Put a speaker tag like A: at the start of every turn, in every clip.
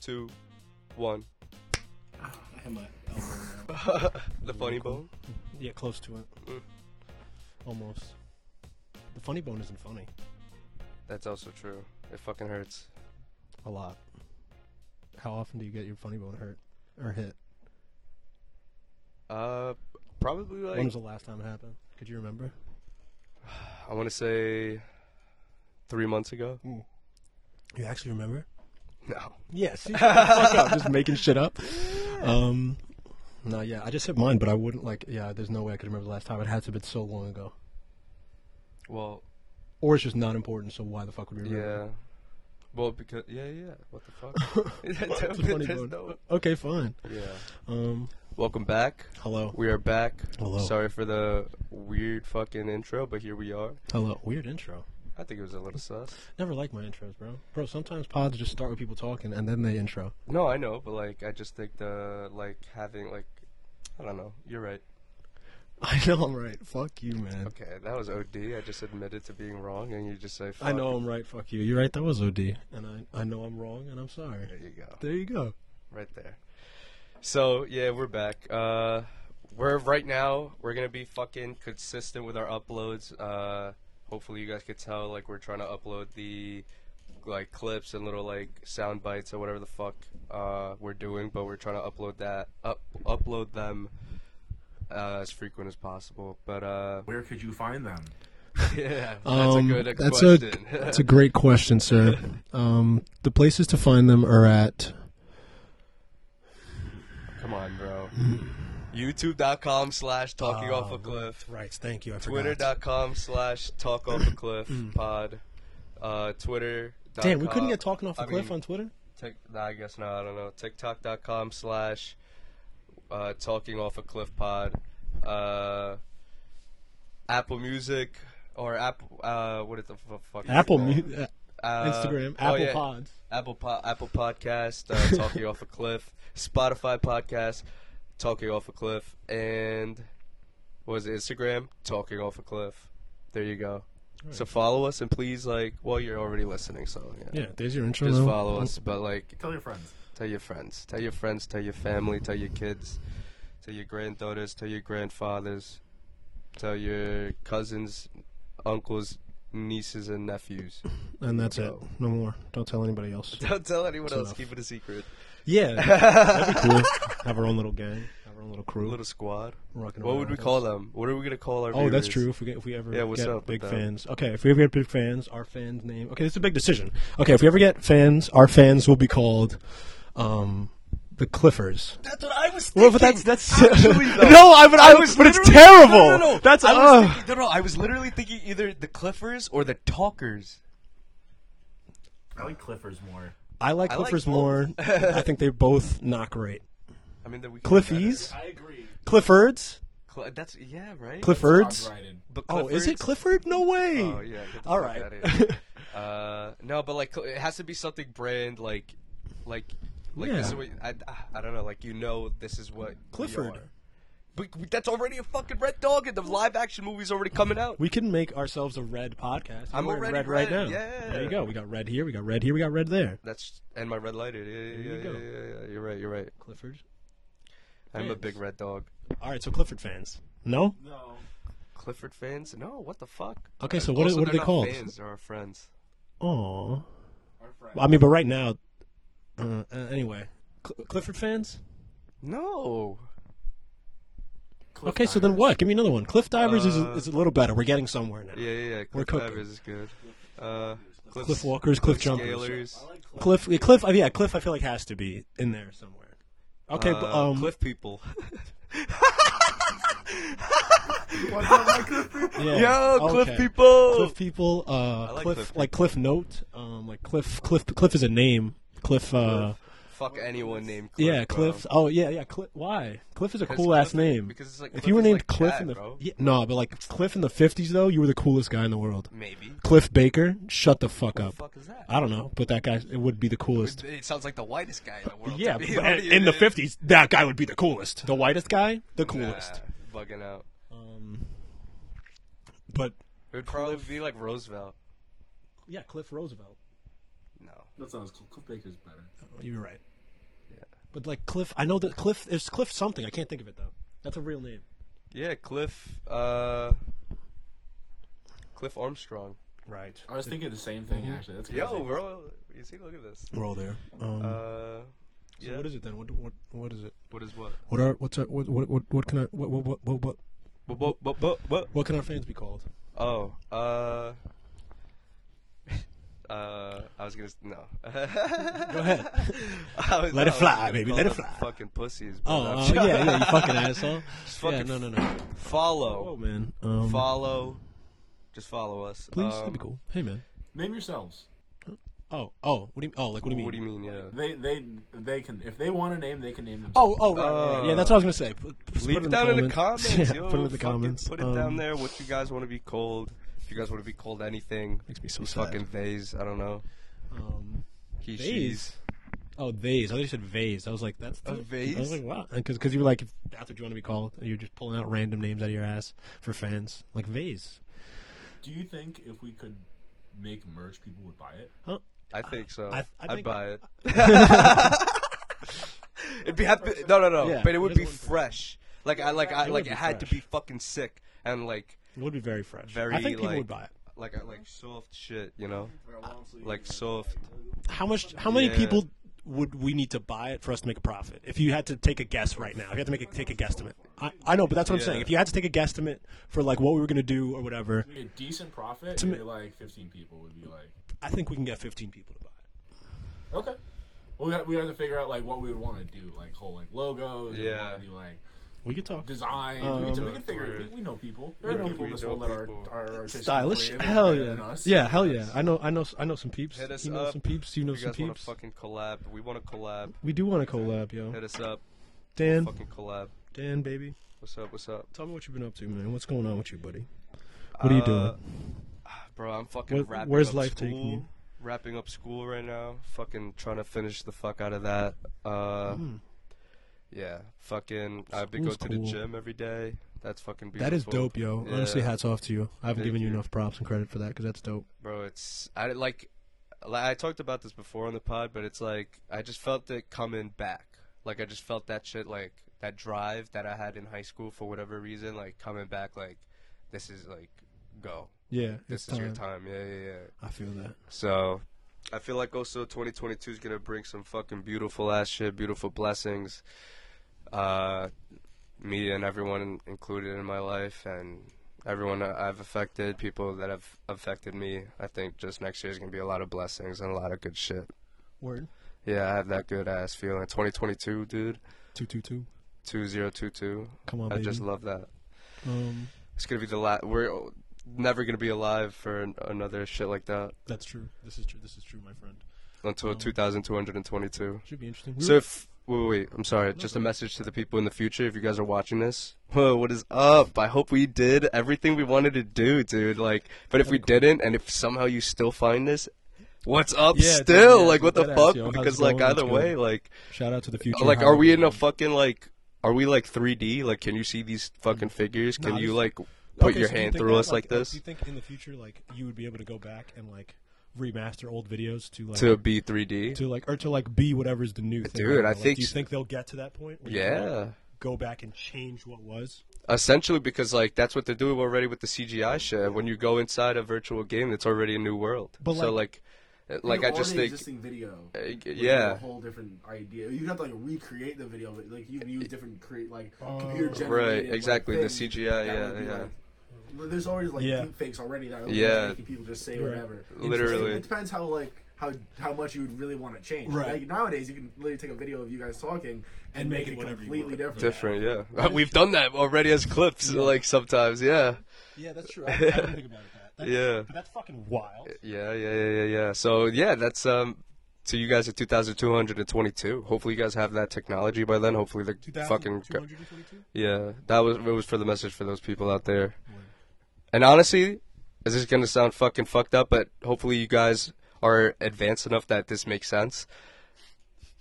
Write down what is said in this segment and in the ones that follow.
A: two, one.
B: Ah, I had my elbow. around.
A: the funny bone.
C: Yeah, close to it.
A: Mm.
C: Almost. The funny bone isn't funny.
A: That's also true. It fucking hurts.
C: A lot. How often do you get your funny bone hurt or hit?
A: Uh, probably like
C: when was the last time it happened? Could you remember?
A: I want to say three months ago.
C: You actually remember?
A: No.
C: Yes. fuck up. Just making shit up. Um. No, yeah, I just hit mine, but I wouldn't like. Yeah, there's no way I could remember the last time. It had to have been so long ago,
A: Well,
C: or it's just not important. So why the fuck would we remember?
A: yeah. Well, because yeah, yeah. What the fuck?
C: It's a funny
A: There's
C: bone.
A: no-
C: Okay, fine.
A: yeah.
C: Um,
A: Welcome back.
C: hello,
A: We are back.
C: Hello.
A: Sorry for the weird fucking intro, but here we are.
C: hello. Weird intro.
A: I think it was a little sus.
C: Never like my intros, bro. Bro, sometimes pods just start with people talking and then they intro.
A: No, I know, but like, I just think the like having like, I don't know. You're right.
C: I know I'm right. Fuck you, man.
A: Okay, that was OD. I just admitted to being wrong, and you just say, Fuck.
C: I know I'm right. Fuck you. You're right. That was OD, and I I know I'm wrong, and I'm sorry.
A: There you go.
C: There you go.
A: right there. So yeah, we're back. Uh, we're right now. We're gonna be fucking consistent with our uploads. Uh, hopefully, you guys could tell like we're trying to upload the like clips and little like sound bites or whatever the fuck uh, we're doing, but we're trying to upload that up upload them uh, as frequent as possible. But uh,
B: Where could you find them?
A: yeah, that's
C: Um,
A: a good
C: that's a-
A: question.
C: That's a great question, sir. Um, the places to find them are at
A: Come on, bro. YouTube.com slash
C: Oh,
A: talking off a cliff.
C: uh, Right. Thank you. I
A: Twitter.com slash talk off a cliff pod. Uh, Twitter.
C: Damn, we couldn't get talking off a
A: I
C: cliff
A: mean,
C: on Twitter.
A: Tik- nah, I guess not. I don't know. TikTok.com slash uh, talking off a cliff pod. Uh, Apple Music or Apple. Uh, what is the f- fuck? is it
C: Apple,
A: called?
C: mu- uh,
A: Uh,
C: Instagram,
A: oh,
C: Apple
A: yeah.
C: Pods.
A: Apple po- Apple Podcast, uh, Talking Off a Cliff, Spotify Podcast, Talking Off a Cliff, and what was it Instagram? Talking Off a Cliff. There you go. So follow us and please like. Well, you're already listening, so yeah.
C: Yeah. There's your intro.
A: Just
C: though.
A: follow us, but like,
B: Tell your friends.
A: tell your friends, tell your friends, tell your family, tell your kids, tell your granddaughters, tell your grandfathers, tell your cousins, uncles, nieces, and nephews.
C: And that's it. No more. Don't tell anybody else.
A: Don't tell anyone else.
C: enough.
A: Keep it a secret.
C: Yeah, that'd be cool. Have our own little gang, have our own little crew.
A: Little squad.
C: rocking
A: What would
C: around.
A: we call them? What are we gonna call our?
C: Oh,
A: viewers?
C: that's true. If we get, if we ever
A: Yeah, what's
C: get
A: up with
C: big
A: that?
C: fans, okay. If we ever get big fans, our fans name. Okay, it's a big decision. Okay, if we ever get fans, our fans will be called um, the Cliffers.
A: That's what I was. Thinking.
C: Well, but that's that's
A: Actually, though,
C: no, I but I, was, but it's
A: literally-
C: terrible.
A: No, no, no, no.
C: That's
A: I was
C: uh,
A: thinking, no, no. I was literally thinking either the Cliffers or the Talkers.
B: I like Clifford's more.
C: I like
A: I like
C: Cliffers
A: both.
C: more. I think they're both not great.
A: I mean, the we can do
C: Cliffies,
B: I agree.
C: Cliffords,
A: better. Cl- that's yeah, right.
C: Cliffords.
A: But
C: Oh, is it
A: Cliffords-
C: Clifford? No way.
A: Oh yeah. get the
C: All
A: fuck
C: right.
A: outta here. uh, no, but like cl- it has to be something brand like, like, like this
C: Yeah.
A: is what I, I don't know. Like you know, this is what we
C: Clifford.
A: are. But we- that's already a fucking red dog, and the live action movie's already coming out.
C: We can make ourselves a red podcast.
A: I'm
C: We're in
A: already
C: red, right
A: red,
C: now.
A: yeah.
C: There you go. We got red here. We got red here. We got red there.
A: That's and my red lighter. Yeah, yeah, yeah,
C: There you
A: yeah, yeah, yeah, You're right. You're right.
C: Clifford.
A: I'm a
C: Fans.
A: big red dog.
C: All right. So Clifford fans. No.
B: No.
A: Clifford fans? No. What the fuck?
C: Okay. So what are,
A: Uh, Also,
C: what are
A: they're
C: they
A: not
C: called?
A: Fans. They're our friends.
C: Oh.
B: Our friends.
C: I mean, but right now. Uh, uh, anyway, Cl- Clifford fans.
A: No.
B: Cliff
C: Okay. So then
B: divers.
C: what? Give me another one. Cliff Divers is
A: Uh,
C: is a little better. We're getting somewhere now.
A: Yeah, yeah. yeah. Cliff
C: We're cooking.
A: Divers is good. Uh, Cliff,
C: Cliff Walkers, Cliff Jumpers.
A: Scalers.
B: I like Cliff.
C: Cliff. yeah, Cliff. Yeah. Cliff. I feel like has to be in there somewhere. Okay. but,
A: uh,
C: um.
A: Cliff people.
B: What's up, my Cliff people?
C: Yeah.
A: Yo, Cliff
C: oh, okay.
A: people.
C: Cliff people. Uh,
A: Oh. like
C: Cliff,
A: Cliff
C: like Cliff Note. Um, like Cliff. Cliff. Cliff is a name. Cliff. Uh,
A: Fuck anyone named Cliff.
C: yeah, Cliff.
A: bro.
C: Oh, yeah, yeah. Cliff. Why? Cliff is a
A: 'Cause
C: cool
A: Cliff
C: ass
A: is-
C: name.
A: because it's like
C: if
A: Cliff
C: you were
A: is
C: named
A: like
C: Cliff
A: Chad,
C: in the
A: bro.
C: yeah, no, but like Cliff in the fifties though, you were the coolest guy in the world.
A: Maybe. What
C: Cliff Baker, shut the fuck
A: the
C: up.
A: fuck is that?
C: I don't know, but that guy it would be the coolest.
A: It, it sounds like the whitest guy in the world. to
C: Yeah,
A: me.
C: but
A: What do you
C: in the
A: mean?
C: fifties, that guy would be the coolest. The whitest guy, the coolest.
A: Nah, bugging out.
C: Um, but
A: It would probably be like Roosevelt.
C: yeah, Cliff Roosevelt.
A: No.
B: That sounds cool. Cliff Baker's better.
C: You were right. But like Cliff, I know that Cliff. There's Cliff something. I can't think of it though. That's a real name,
A: Yeah, Cliff. Uh, Cliff Armstrong.
C: right?
B: I was thinking the same thing actually. That's crazy.
A: Yo, bro, you see? Look at this.
C: We're all there. Um,
A: Uh,
C: so
A: yeah.
C: what is it then? What what what is it?
A: What is what?
C: What are what's our, what, what what what can I what what what what what
A: What? What? What? What? what?
C: what can our fans be called?
A: Oh. Uh. Uh, I was gonna s- no.
C: Go ahead.
A: I was- I
C: Let it
A: was
C: fly,
A: gonna
C: baby,
A: call
C: let it
A: them
C: fly.
A: Fucking pussies. but
C: Oh
A: I'm
C: uh,
A: joking.
C: yeah, yeah, you fucking asshole.
A: Just
C: yeah,
A: fucking
C: no, no, no. Oh
A: Follow.
C: man, um,
A: Follow. Just follow us.
C: please,
A: Um,
C: that'd be cool. Hey man.
B: Name yourselves.
C: Oh oh, what do you oh like what do you mean?
A: What do you mean? Yeah.
B: They they they can if they want a name they can name themselves.
C: Oh, oh, right, right, right. yeah, that's what I was gonna say. Put, put-
A: Leave
C: put
A: it down in the
C: comments.
A: comments.
C: yeah,
A: yo.
C: put it in the
A: Fucking
C: comments.
A: Put it
C: Um,
A: down there. What you guys want to be called? If you guys want to be called anything,
C: Makes me so
A: these
C: sad.
A: fucking theys. I don't know.
C: Um,
A: He,
C: Theys?
A: she's.
C: oh, vase. I thought you said vase. I was like, that's
A: A
C: the-
A: vase?
C: I was like, wow, because you were like, if that's what you want to be called. You're just pulling out random names out of your ass for fans, like vase.
B: Do you think if we could make merch, people would buy it?
C: Huh?
A: I think so.
C: I-
A: I,
C: I
A: would
C: think-
A: buy it. It'd be happy. No, no, no.
C: Yeah,
A: but it would
C: it
A: be
C: is one thing.
A: fresh. Like I, like I,
C: It would
A: like
C: be
A: it had
C: fresh.
A: to be fucking sick and like,
C: It would be very fresh.
A: Very,
C: I think people
A: like-
C: would buy it.
A: like, uh, like soft shit. You know, like soft.
C: How much? How many
A: Yeah.
C: people would we need to buy it for us to make a profit? If you had to take a guess right now, if you had to make a, take a guesstimate, I, I know, but that's what I'm
A: Yeah.
C: saying. If you had to take a guesstimate for like what we were gonna do or whatever,
B: A decent profit,
C: To me-
B: maybe like 15 people would be like,
C: I think we can get 15 people to buy it.
B: okay. Well, we have, we have to figure out like what we would want to do, like whole like logos, and
A: Yeah.
B: wanna do, like
C: We could talk.
B: design. we, can, do- we can figure it. We, we know people. There are
A: know
B: people in
A: people.
B: this
A: We know
B: world that are,
A: people.
B: are artistic
C: stylish.
B: creative,
C: Hell
B: better
C: yeah.
B: than us.
C: Yeah, hell yeah. I know, I know, I know some peeps.
A: Hit us
C: you know
A: up.
C: some peeps. You know
A: If you
C: some
A: guys want
C: peeps.
A: to fucking collab? We want to collab.
C: We do want to collab, yo.
A: Hit us up.
C: Dan,
A: Fucking collab.
C: Dan, baby,
A: What's up? What's up?
C: tell me what you've been up to, man. What's going on with you, buddy? What are
A: Uh,
C: you doing?
A: Bro, I'm fucking
C: Where-
A: wrapping
C: where's
A: up
C: life
A: school.
C: taking you?
A: Wrapping up school right now. Fucking trying to finish the fuck out of that. Uh, Yeah. Fucking. I've been going to
C: School's
A: the
C: Hmm. cool.
A: gym every day. That's fucking beautiful.
C: That is dope, yo. Honestly,
A: Yeah.
C: hats off to you. I haven't
A: Thank
C: given you
A: you.
C: enough props and credit for that because that's dope.
A: Bro, it's. I didn't like. like, I talked about this before on the pod, but it's like. I just felt it coming back. Like, I just felt that shit, like. That drive that I had in high school for whatever reason, like, coming back, like. This is, like. Go.
C: Yeah,
A: This
C: it's
A: is your time. Yeah, yeah, yeah.
C: I feel that.
A: So I feel like also 2022 is gonna bring some fucking beautiful ass shit, beautiful blessings. Uh, me and everyone included in my life, and everyone that I've affected, people that have affected me. I think just next year is gonna be a lot of blessings and a lot of good shit.
C: Word.
A: Yeah, I have that good ass feeling. 2022, dude.
C: Two two two.
A: 2022.
C: Come on,
A: I
C: baby.
A: just love that.
C: um,
A: It's gonna be the last. We're never gonna be alive for an- another shit like that
C: that's true. This is true. This is true, my friend.
A: until 2222.
C: Should be interesting. We
A: So
C: were-
A: if wait, wait, wait, I'm sorry. Just a message to the people in the future. If you guys are watching this, whoa, what is up? I hope we did everything we wanted to do, dude. Like, but if we didn't, and if somemehow you still find this, what's up?
C: Yeah, dude,
A: still,
C: yeah,
A: like, what the
C: deadass,
A: fuck?
C: yo, how's it
A: because like
C: going? What's
A: either
C: good?
A: way, like,
C: shout out to the future.
A: like,
C: How
A: are
C: we-
A: we in a fucking like? Are we like 3D? Like, can you see these fucking figures? Can
C: Nah,
A: you
C: this-
A: like put
C: Okay,
A: your
C: so do you
A: hand
C: think
A: through
C: that,
A: us like,
C: Do
A: this
C: you think in the future, like you would be able to go back and like remaster old videos to like
A: to
C: to,
A: be 3D?
C: like or to like be whatever's the new
A: Dude,
C: thing? right now?
A: I
C: Like,
A: think
C: do you
A: s-
C: think they'll get to that point? where you can, like,
A: yeah.
C: go back and change what was.
A: Essentially, because like that's what they're doing already with the CGI shit. When you go inside a virtual game, it's already a new world.
C: But,
A: so like, like I just think,
D: existing video.
A: uh,
D: would be
A: yeah.
D: a whole different idea. You'd have to like recreate the video, but like you use different create like computer generated.
A: Right,
D: like,
A: exactly, the
D: things
A: CGI,
D: that
A: yeah,
D: would be,
A: yeah.
D: like- Well, there's always like
C: Yeah.
D: deep fakes already that are like,
A: Yeah.
D: making people just say
C: Right.
D: whatever.
A: Literally.
D: it depends how like how how much you would really want to change.
C: Right.
D: Like, nowadays, you can literally take a video of you guys talking and,
C: make
D: make,
C: it
D: it
C: whatever you
D: completely
C: want.
D: different.
A: different. Yeah, we've done that already as clips. Like sometimes, yeah,
C: Yeah, that's true. I, I didn't think about it that. That's,
A: Yeah.
C: but that's fucking wild.
A: yeah, yeah, yeah, yeah, yeah. So yeah, that's um. To you guys at 2,222. Hopefully, you guys have that technology by then. Hopefully, the fucking
C: 222?
A: yeah. That was it was for the message for those people out there. And honestly, this is gonna sound fucking fucked up, but hopefully you guys are advanced enough that this makes sense.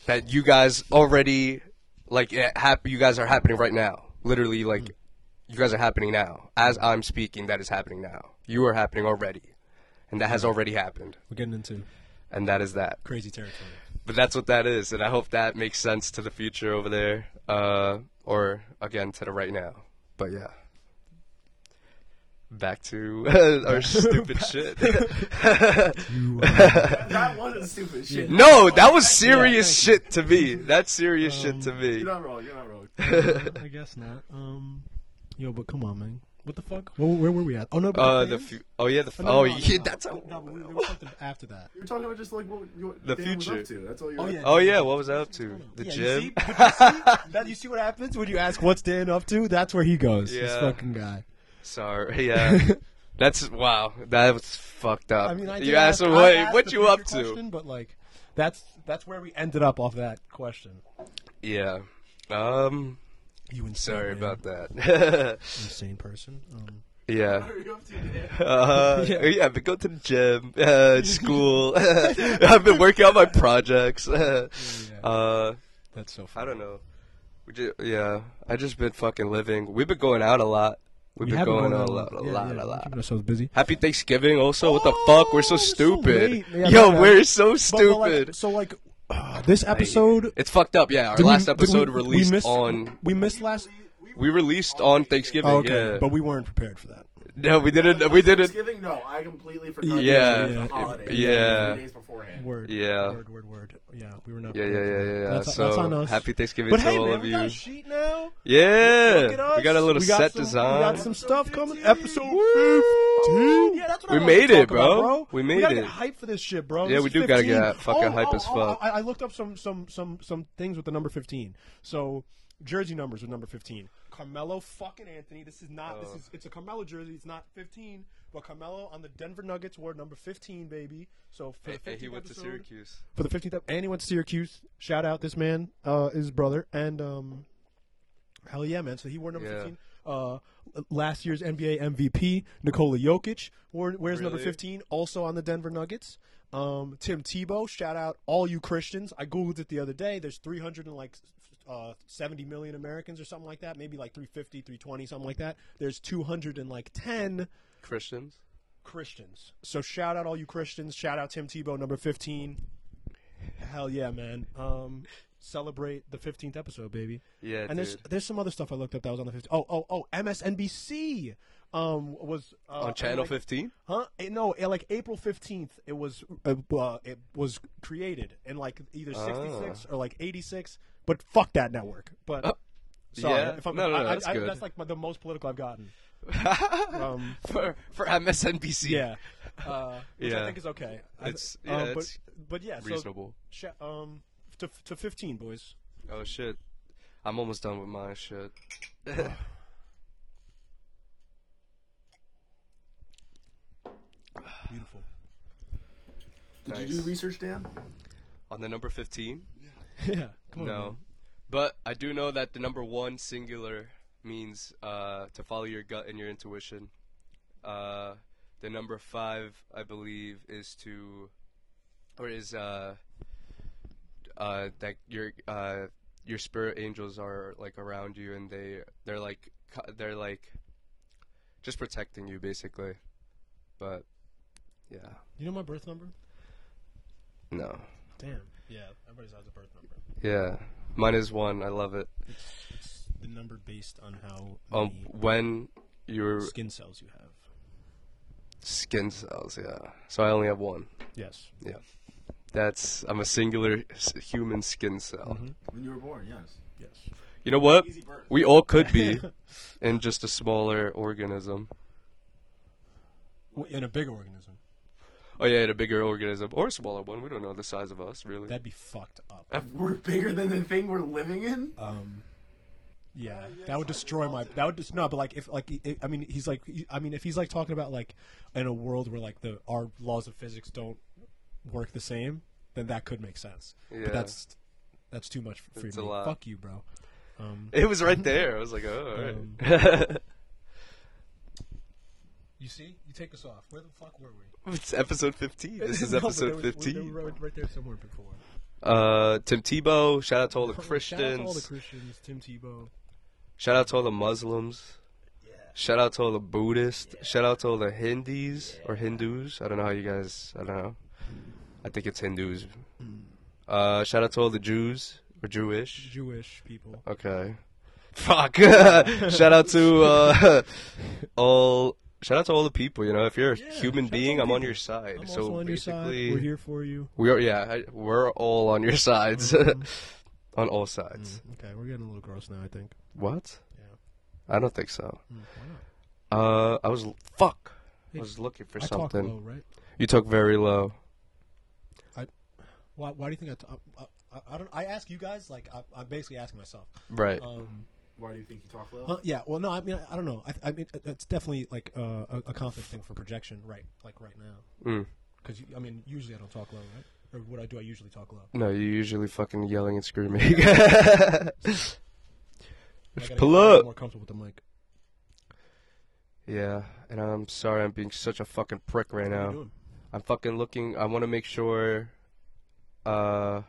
A: That you guys already like it hap- you guys are happening right now. Literally like you guys are happening now. As I'm speaking, that is happening now. You are happening already. And that has already happened.
C: We're getting into
A: And that is that.
C: crazy territory.
A: but that's what that is, and I hope that makes sense to the future over there, uh, or again to the right now. But yeah, back to our stupid shit.
D: that wasn't stupid shit.
A: no, that was serious shit to me. That's serious
C: Um,
A: shit to me. Uh,
D: You're not wrong. You're not wrong.
C: I guess not. Um, yo, but come on, man. What the fuck? Where, where were we at? Oh no, but
A: Uh,
C: the
A: the
C: fans?
A: fu- oh yeah, the f-
C: no,
A: oh
C: no, no,
A: yeah,
C: no.
A: that's how.
C: No, but we- there was something after that.
D: You're talking about just like what, you- what
A: The
D: Dan was
A: future.
D: up to. That's all you're.
C: Oh, yeah.
A: Oh yeah, what was I up to? The
C: Yeah,
A: gym.
C: You see, But you see- that- you see what happens when you ask what's Dan up to? That's where he goes. This
A: Yeah.
C: fucking guy.
A: Sorry, yeah. That's wow. That was fucked up.
C: I mean, I did
A: you asked
C: ask-
A: him,
C: I
A: "Wait,
C: asked
A: what
C: the
A: you
C: future
A: up to?"
C: question, But like, that's that's where we ended up off that question.
A: Yeah. Um.
C: You insane.
A: Sorry
C: man.
A: about that.
C: Insane person. Um,
A: yeah.
D: What are you up to, Dan?
A: Uh,
C: Yeah.
A: yeah. I've been going to the gym, uh, school. I've been working on my projects.
C: yeah.
A: Uh,
C: that's so. Funny.
A: I don't know. We just, yeah, I just been fucking living. We've been going out a lot. We've
C: We
A: been
C: have been
A: going, out a
C: on
A: lot, a
C: yeah,
A: lot,
C: yeah,
A: a
C: we're
A: lot.
C: Keeping ourselves busy.
A: Happy Thanksgiving, also. what the fuck? We're so
C: Oh,
A: stupid.
C: so late. Yeah,
A: Yo,
C: my bad.
A: we're so
C: But- but, like,
A: stupid.
C: so like, uh, this episode.
A: It's fucked up. Yeah, our
C: did we-
A: last
C: did we-
A: episode
C: we
A: released
C: missed-
A: on.
C: We missed last.
A: We released on Thanksgiving.
C: Oh, okay,
A: Yeah,
C: but we weren't prepared for that.
A: no, we didn't. We didn't.
D: Thanksgiving? No, I completely forgot.
A: Yeah.
D: It was a
C: Yeah.
D: holiday.
A: Yeah.
D: Three days beforehand.
C: Word.
A: Yeah.
C: Word. Word. Word. Yeah, we were not.
A: Yeah, yeah,
C: prepared for
A: yeah,
C: that.
A: yeah. yeah.
C: That's,
A: so
C: that's on us.
A: happy Thanksgiving
C: But
A: to
C: hey,
A: all
C: man,
A: of
C: we
A: you.
C: got a sheet now. Look at
A: yeah,
C: us.
A: we got a little
C: We
A: set
C: some,
A: design.
C: We got some stuff coming. Episode fifteen. Yeah, that's what
A: We
C: I wanted to
A: made it,
C: talk about,
A: bro.
C: bro.
A: We
C: we
A: made
C: gotta
A: it.
C: Get hype for this shit, bro.
A: Yeah,
C: This
A: we
C: is
A: do gotta
C: 15.
A: get fucking
C: oh,
A: hype
C: oh,
A: as
C: oh,
A: fuck.
C: I, I looked up some some some some some things with the number fifteen. So jersey numbers with number fifteen. Carmelo fucking Anthony. This is not.
A: Uh.
C: This is. It's a Carmelo jersey. It's not fifteen, but Carmelo on the Denver Nuggets wore number fifteen, baby. So for the 15th episode-
A: Syracuse.
C: for the 15th up and he went to syracuse shout out this man uh his brother and um hell yeah man so he wore number
A: Yeah.
C: 15 uh last year's nba mvp nikola jokic wore, wears number
A: Really?
C: 15 also on the denver nuggets um tim tebow shout out all you christians i googled it the other day there's 300 and like uh, 70 million Americans or something like that, maybe like 350, 320, something like that. There's 200 and like 10
A: Christians.
C: Christians. So shout out all you Christians. Shout out Tim Tebow, number fifteen. Hell yeah, man. Um, celebrate the fifteenth episode, baby.
A: Yeah,
C: and there's
A: dude.
C: there's some other stuff I looked up that was on the fifteenth. Oh oh oh, MSNBC. Um, was uh,
A: on Channel
C: like-
A: 15.
C: Huh? Eh, No, eh, like April fifteenth, it was uh, uh, it was created in like either
A: Ah.
C: sixty six or like eighty six. But fuck that network. But sorry,
A: yeah.
C: if I'm,
A: No, no,
C: I-
A: no,
C: I-
A: that's
C: I-
A: good.
C: that's like my, the most political I've gotten. Um,
A: for for MSNBC.
C: yeah, uh, which I
A: Yeah.
C: think is okay. I-
A: It's- yeah,
C: um,
A: it's
C: but, but yeah,
A: reasonable.
C: So, sh- um, to, to fifteen, boys.
A: Oh shit, I'm almost done with my shit.
C: Beautiful.
D: Did
A: Nice.
D: you do research, Dan?
A: On the number 15.
C: yeah, come on.
A: No,
C: man.
A: but I do know that the number one singular means uh, to follow your gut and your intuition. Uh, the number five, I believe, is to, or is uh, uh, that your uh, your spirit angels are like around you and they they're like co- they're like just protecting you basically. But yeah,
C: You know my birth number?
A: no,
C: Damn. Yeah, everybody's has a birth number.
A: yeah, mine is one. I love it.
C: It's, it's the number based on how
A: Um,
C: many
A: when you're
C: skin cells you have.
A: Skin cells, yeah. So I only have one.
C: Yes.
A: Yeah. That's I'm a singular s- human skin cell.
C: Mm-hmm.
D: When you were born, yes.
C: Yes.
A: You know what?
D: Easy birth.
A: We all could be in just a smaller organism.
C: W- In a big organism,
A: Oh yeah, in a bigger organism or a smaller one. We don't know the size of us really.
C: that'd be fucked up.
D: We're bigger than the thing we're living in.
C: Um. Yeah, that would destroy my. That would just no, but like if like i- I mean he's like I mean if he's like talking about like in a world where like the our laws of physics don't work the same, then that could make sense.
A: Yeah.
C: But that's that's too much for
A: It's
C: me.
A: a lot.
C: Fuck you, bro. Um,
A: It was right there. I was like, oh, all right.
C: Um, you see, you take us off. Where the fuck were we?
A: it's episode 15. This is
C: No, but they
A: episode
C: were- They
A: 15.
C: were right, right there somewhere before.
A: Uh, Tim Tebow. Shout out to all the
C: Shout out to all the
A: Christians.
C: Christians, Tim Tebow.
A: Shout out to all the Muslims. Shout out to all the Buddhists. Shout out to all the
C: Hmm.
A: Hindis or Hindus. I don't know how you guys. I don't know. I think it's Hindus. Uh, shout out to all the Jews or Jewish.
C: Jewish people.
A: Okay. Fuck. shout out to uh, all. Shout out to all the people. You know, if you're a
C: Yeah,
A: human
C: shout out to
A: being,
C: all
A: I'm
C: the
A: on
C: people.
A: your side.
C: I'm
A: so
C: also on your side.
A: basically,
C: We're here for you.
A: we are. Yeah, I, we're all on your sides,
C: Mm-hmm.
A: on all sides.
C: Okay, we're getting a little gross now. I think.
A: What?
C: Yeah.
A: I don't think so.
C: Mm, why not?
A: Uh, I was fuck. I
C: Hey,
A: was looking for
C: I talk
A: something.
C: low, right?
A: You talk very low.
C: Why, why do you think I talk? I, uh, I, I don't. I ask you guys. Like I, I'm basically asking myself.
A: Right.
C: Um,
D: Why do you think you talk low?
C: Well, yeah. Well, no. I mean, I don't know. I, I mean, it's definitely like uh, a, a conflict thing for projection, right? Like right now,
A: Mm.
C: because I mean, usually I don't talk low, right? Or what I do, I usually talk low.
A: No, you're usually fucking yelling and screaming.
C: I gotta get
A: pull
C: a little
A: up.
C: More comfortable with the mic.
A: yeah, and I'm sorry I'm being such a fucking prick right
C: What are you
A: now.
C: doing?
A: I'm fucking looking. I want to make sure. Uh,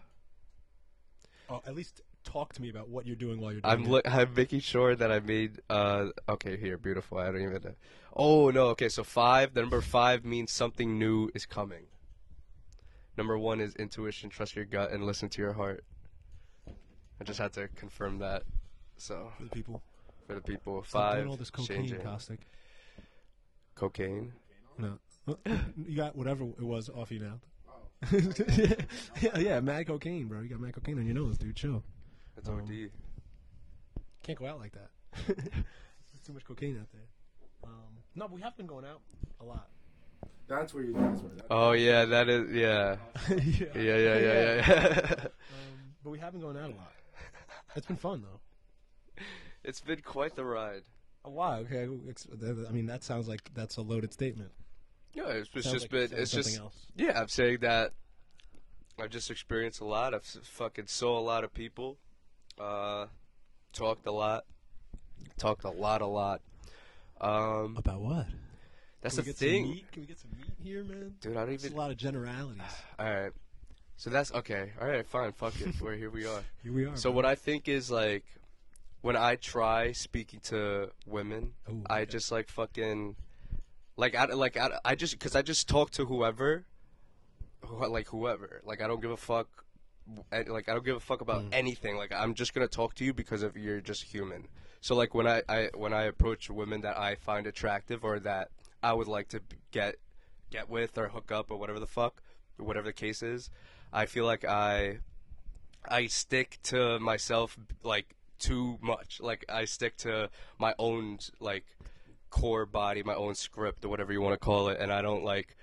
C: Oh, at least talk to me about what you're doing while you're doing.
A: I'm
C: it.
A: look. I'm making sure that I made. Uh, okay, here, beautiful. I don't even. know. Oh no. Okay, so five. The number five means something new is coming. Number one is intuition. Trust your gut and listen to your heart. I just had to confirm that. So
C: for the people.
A: for the people,
C: Stop
A: five.
C: doing all this cocaine,
A: changing.
C: caustic.
A: Cocaine.
C: No. You got whatever it was off you now. yeah, yeah, mad cocaine, bro. You got mad cocaine on your nose, dude. Chill.
A: That's
C: Um,
A: OD.
C: Can't go out like that. There's too much cocaine out there. Um, no, but we have been going out a lot.
D: That's where you guys were. That-
A: Oh yeah, that is yeah,
C: yeah.
A: yeah, yeah, yeah, yeah. yeah.
C: Um, but we have been going out a lot. It's been fun though.
A: it's been quite the ride.
C: Oh, wow. Okay. ex- I mean, that sounds like that's a loaded statement.
A: Yeah, it's, it's
C: Sounds
A: just
C: like
A: been.
C: saying
A: It's
C: something
A: just
C: else.
A: yeah. I'm saying that I've just experienced a lot. I've s- fucking saw a lot of people, uh, talked a lot, talked a lot, a lot. Um,
C: About what?
A: that's
C: Can
A: the
C: we get Some
A: thing,
C: meat? Can we get some meat here, man?
A: dude. I don't
C: It's a
A: even.
C: lot of generalities.
A: All right, so that's okay. All right, fine. Fuck it. We're here. We are.
C: Here we are.
A: So what I think is like when I try speaking to women,
C: Ooh,
A: I
C: okay.
A: just like fucking like I like I, I just cuz I just talk to whoever who, like whoever. Like I don't give a fuck I- like I don't give a fuck
C: Mm.
A: about anything. Like I'm just gonna talk to you because of you're just human. So like when I, I when I approach women that I find attractive or that I would like to b- get get with or hook up or whatever the fuck, whatever the case is, I feel like I I stick to myself like too much. Like I stick to my own like core body, my own script or whatever you want to call it, and I don't like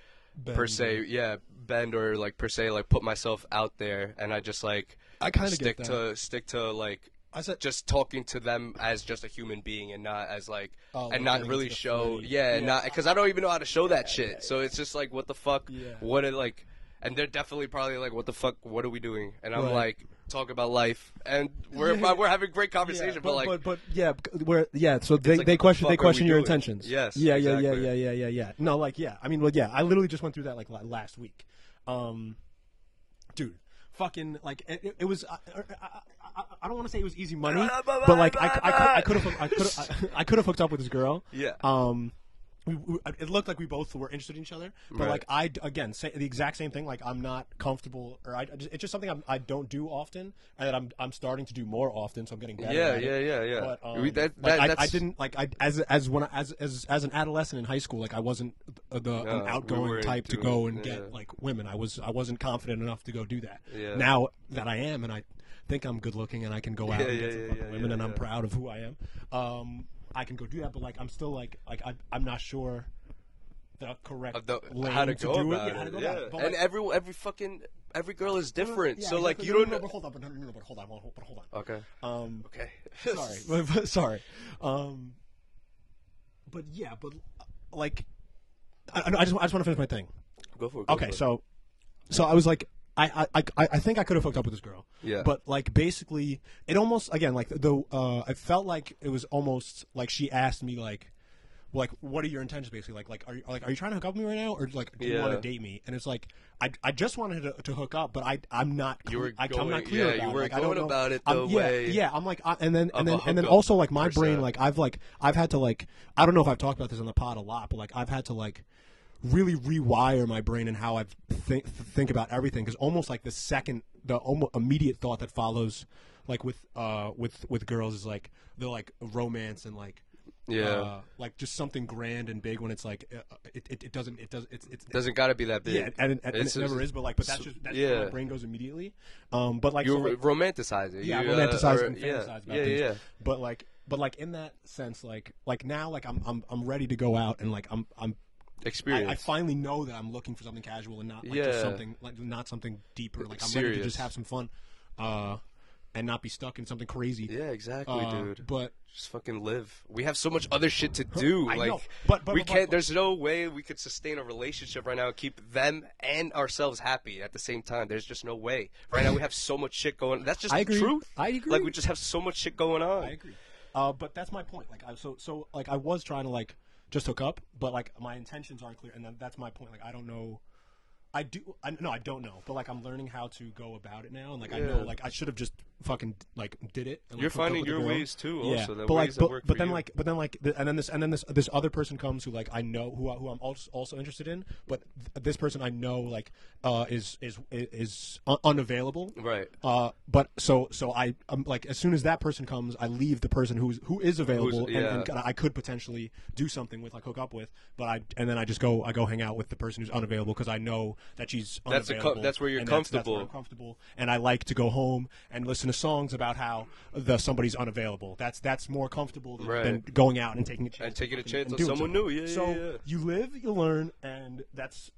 A: per
C: Bend
A: se, yeah, bend or like per se like put myself out there, and I just like
C: I kind of
A: stick
C: get that.
A: to stick to like
C: I said
A: just talking to them as just a human being and not as like
C: Oh, like
A: and not
C: getting
A: really
C: into the
A: show
C: flirty.
A: yeah, and not because I don't even know how to show that shit. So it's just like what the fuck,
C: Yeah.
A: what it like, and they're definitely probably like what the fuck, what are we doing? And I'm
C: Right.
A: like talking about life, and we're we're having great conversation, but, like
C: but, but yeah, bec- we're yeah. So they,
A: like, what
C: they
A: the
C: question
A: fuck
C: they
A: are we
C: question your
A: doing?
C: intentions.
A: Yes,
C: Yeah, yeah,
A: exactly.
C: yeah, yeah, yeah, yeah, yeah. No, like yeah. I mean, well, yeah. I literally just went through that like la- last week. Um, dude, fucking like it, it- it was. I, I, I, I- I don't want to say it was easy money, but like I I could have I could have I could have hooked up with this girl.
A: Yeah.
C: Um. We, we, it looked like we both were interested in each other, but
A: Right.
C: like I d- again say the exact same thing. Like I'm not comfortable, or I I just, it's just something I'm, I don't do often, and that I'm I'm starting to do more often. So I'm getting better.
A: yeah,
C: at it.
A: yeah, yeah, yeah.
C: But, um,
A: We- that,
C: like,
A: that,
C: I- I,
A: that's-
C: didn't like I as as when I, as as as an adolescent in high school, like I wasn't the the
A: No,
C: an
A: we
C: outgoing
A: weren't
C: type to
A: doing-
C: go and
A: yeah.
C: get like women. I was I wasn't confident enough to go do that.
A: Yeah.
C: Now that I am, and I think I'm good looking, and I can go out
A: Yeah,
C: and
A: yeah,
C: get some
A: yeah,
C: fucking
A: yeah,
C: women,
A: yeah,
C: and I'm
A: yeah.
C: proud of who I am. Um, I can go do that, but like I'm still like like I, I'm not sure the correct
A: of the,
C: lane
A: how to
C: to
A: go
C: do
A: about
C: it. Yeah, how to go
A: yeah.
C: about it. But,
A: and
C: like,
A: every every fucking every girl is different.
C: yeah,
A: so like
C: exactly.
A: you
C: No, no,
A: don't
C: no,
A: know.
C: but hold on, but no, no, no, but hold on, but hold on.
A: Okay.
C: Um,
A: Okay.
C: sorry, but, but sorry. Um, but yeah, but uh, like, I, I just I just want to finish my thing.
A: go for it. Go
C: Okay,
A: for it.
C: so so I was like. I, I, I I think I could have hooked up with this girl.
A: Yeah.
C: But like basically, it almost again like the uh, I felt like it was almost like she asked me like, like what are your intentions basically like like are you like are you trying to hook up with me right now or like do you want
A: Yeah.
C: to date me? And it's like I, I just wanted to, to hook up, but I I'm not
A: You were
C: cle- I, am
A: going-
C: not clear
A: yeah,
C: about
A: you
C: it.
A: were
C: Like, I don't
A: going
C: know-
A: about it
C: I'm-
A: the
C: yeah,
A: way
C: Yeah, I'm like I, and then
A: of
C: and
A: a
C: then and then
A: hookup
C: also like my brain
A: percent.
C: like I've like I've had to like I don't know if I've talked about this on the pod a lot, but like I've had to like really rewire my brain and how I think think about everything because almost like the second the almo immediate thought that follows, like with uh with with girls is like they're like romance and like
A: Yeah.
C: uh, like just something grand and big when it's like uh, it, it, it doesn't it does it's it's
A: Doesn't got to be that big.
C: yeah and, and, and
A: It's-
C: it never is but like but that's
A: so-
C: just that's where
A: yeah.
C: my brain goes immediately, um but like
A: You
C: so, like-
A: romanticize it.
C: yeah,
A: you, uh,
C: romanticize
A: or-
C: and
A: yeah.
C: fantasize about
A: yeah,
C: things.
A: yeah,
C: But like, but like in that sense, like, like now, like I'm, I'm, I'm ready to go out and like I'm, I'm, I,
A: Experience.
C: I finally know that I'm looking for something casual and not like
A: Yeah.
C: just something like not something deeper. Like I'm ready to
A: Serious.
C: just have some fun, uh, and not be stuck in something crazy.
A: yeah, exactly,
C: Uh,
A: dude.
C: But
A: just fucking live. We have so much other shit to do.
C: I
A: like,
C: know, but- but-
A: we
C: but-
A: can't.
C: but-
A: there's no way we could sustain a relationship right now and keep them and ourselves happy at the same time. There's just no way. Right now, we have so much shit going. That's just
C: I
A: the
C: agree.
A: truth.
C: I agree.
A: Like, we just have so much shit going on.
C: I agree. Uh, but that's my point. Like, I, so so like I was trying to like just hook up, but like my intentions aren't clear, and then that's my point. Like, I don't know. I do. I, no, I don't know. But like, I'm learning how to go about it now, and like I know,
A: Yeah.
C: like I should have just fucking like did it. And, like,
A: You're
C: hooked up
A: finding
C: with a
A: your
C: girl.
A: ways too.
C: Yeah,
A: Also, the
C: but
A: ways
C: like,
A: that
C: but,
A: work
C: but
A: for
C: then
A: you.
C: like, but then like, th- and then this, and then this, this other person comes who like I know who I- who I'm also also interested in, but th- this person I know like uh, is is is un- unavailable,
A: Right.
C: uh, but so so I um, like as soon as that person comes, I leave the person who's who is available and-
A: yeah.
C: and, kinda I could potentially do something with, like hook up with, but I and then I just go I go hang out with the person who's unavailable because I know that she's
A: That's a co-
C: unavailable.
A: that's where you're
C: and that's- That's, where I'm
A: comfortable.
C: comfortable, and I like to go home and listen to songs about how the somebody's unavailable. That's that's more comfortable than,
A: Right.
C: than going out and taking a chance
A: And taking a
C: fucking-
A: chance
C: and
A: on
C: doing
A: someone
C: something.
A: new. Yeah,
C: so
A: yeah, yeah.
C: you live, you learn, and that's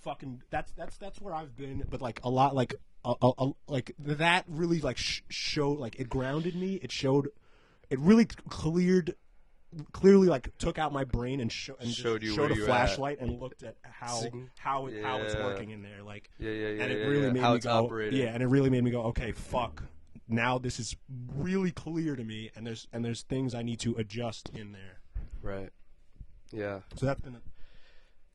C: fucking that's that's that's where I've been. But like a lot, like a, a, a- like that really like sh- showed like it grounded me. It showed, it really cleared, clearly like took out my brain and, sho- and just
A: Showed you
C: showed
A: where
C: a
A: you at.
C: flashlight and looked at how
A: Sig-
C: how it, how it's
A: Yeah.
C: working in there. Like
A: Yeah, yeah, yeah,
C: and it
A: yeah,
C: really
A: yeah.
C: made
A: How
C: me
A: it's
C: go.
A: operating.
C: Yeah, and it really made me go. Okay, fuck. Now this is really clear to me, and there's and there's things I need to adjust in there.
A: Right. Yeah.
C: So that's been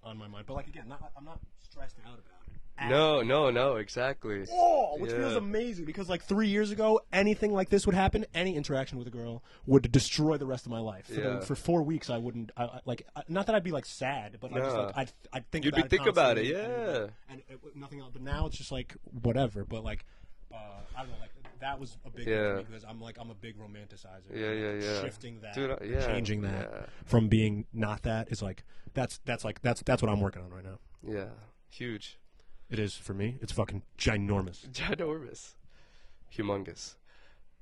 C: on my mind. But like again, not, I'm not stressed out about it. At
A: No, no, no. Exactly.
C: all, which
A: Yeah.
C: feels amazing because like three years ago, anything like this would happen. Any interaction with a girl would destroy the rest of my life. For,
A: Yeah.
C: the, for four weeks, I wouldn't I, I- like. I, not that I'd be like sad, but like, just,
A: No.
C: like I'd I'd think
A: You'd
C: about
A: be
C: it
A: think about it,
C: constantly
A: yeah.
C: and, and it, nothing else. But now it's just like whatever. But like. Uh, I don't know, like that was a big
A: Yeah.
C: one for me because I'm like I'm a big romanticizer.
A: Yeah, yeah,
C: Like,
A: yeah.
C: Shifting that,
A: Dude, I- yeah,
C: changing that
A: yeah.
C: from being not that is like that's that's like that's that's what I'm working on right now.
A: Yeah. Huge.
C: It is for me. It's fucking ginormous.
A: ginormous, humongous.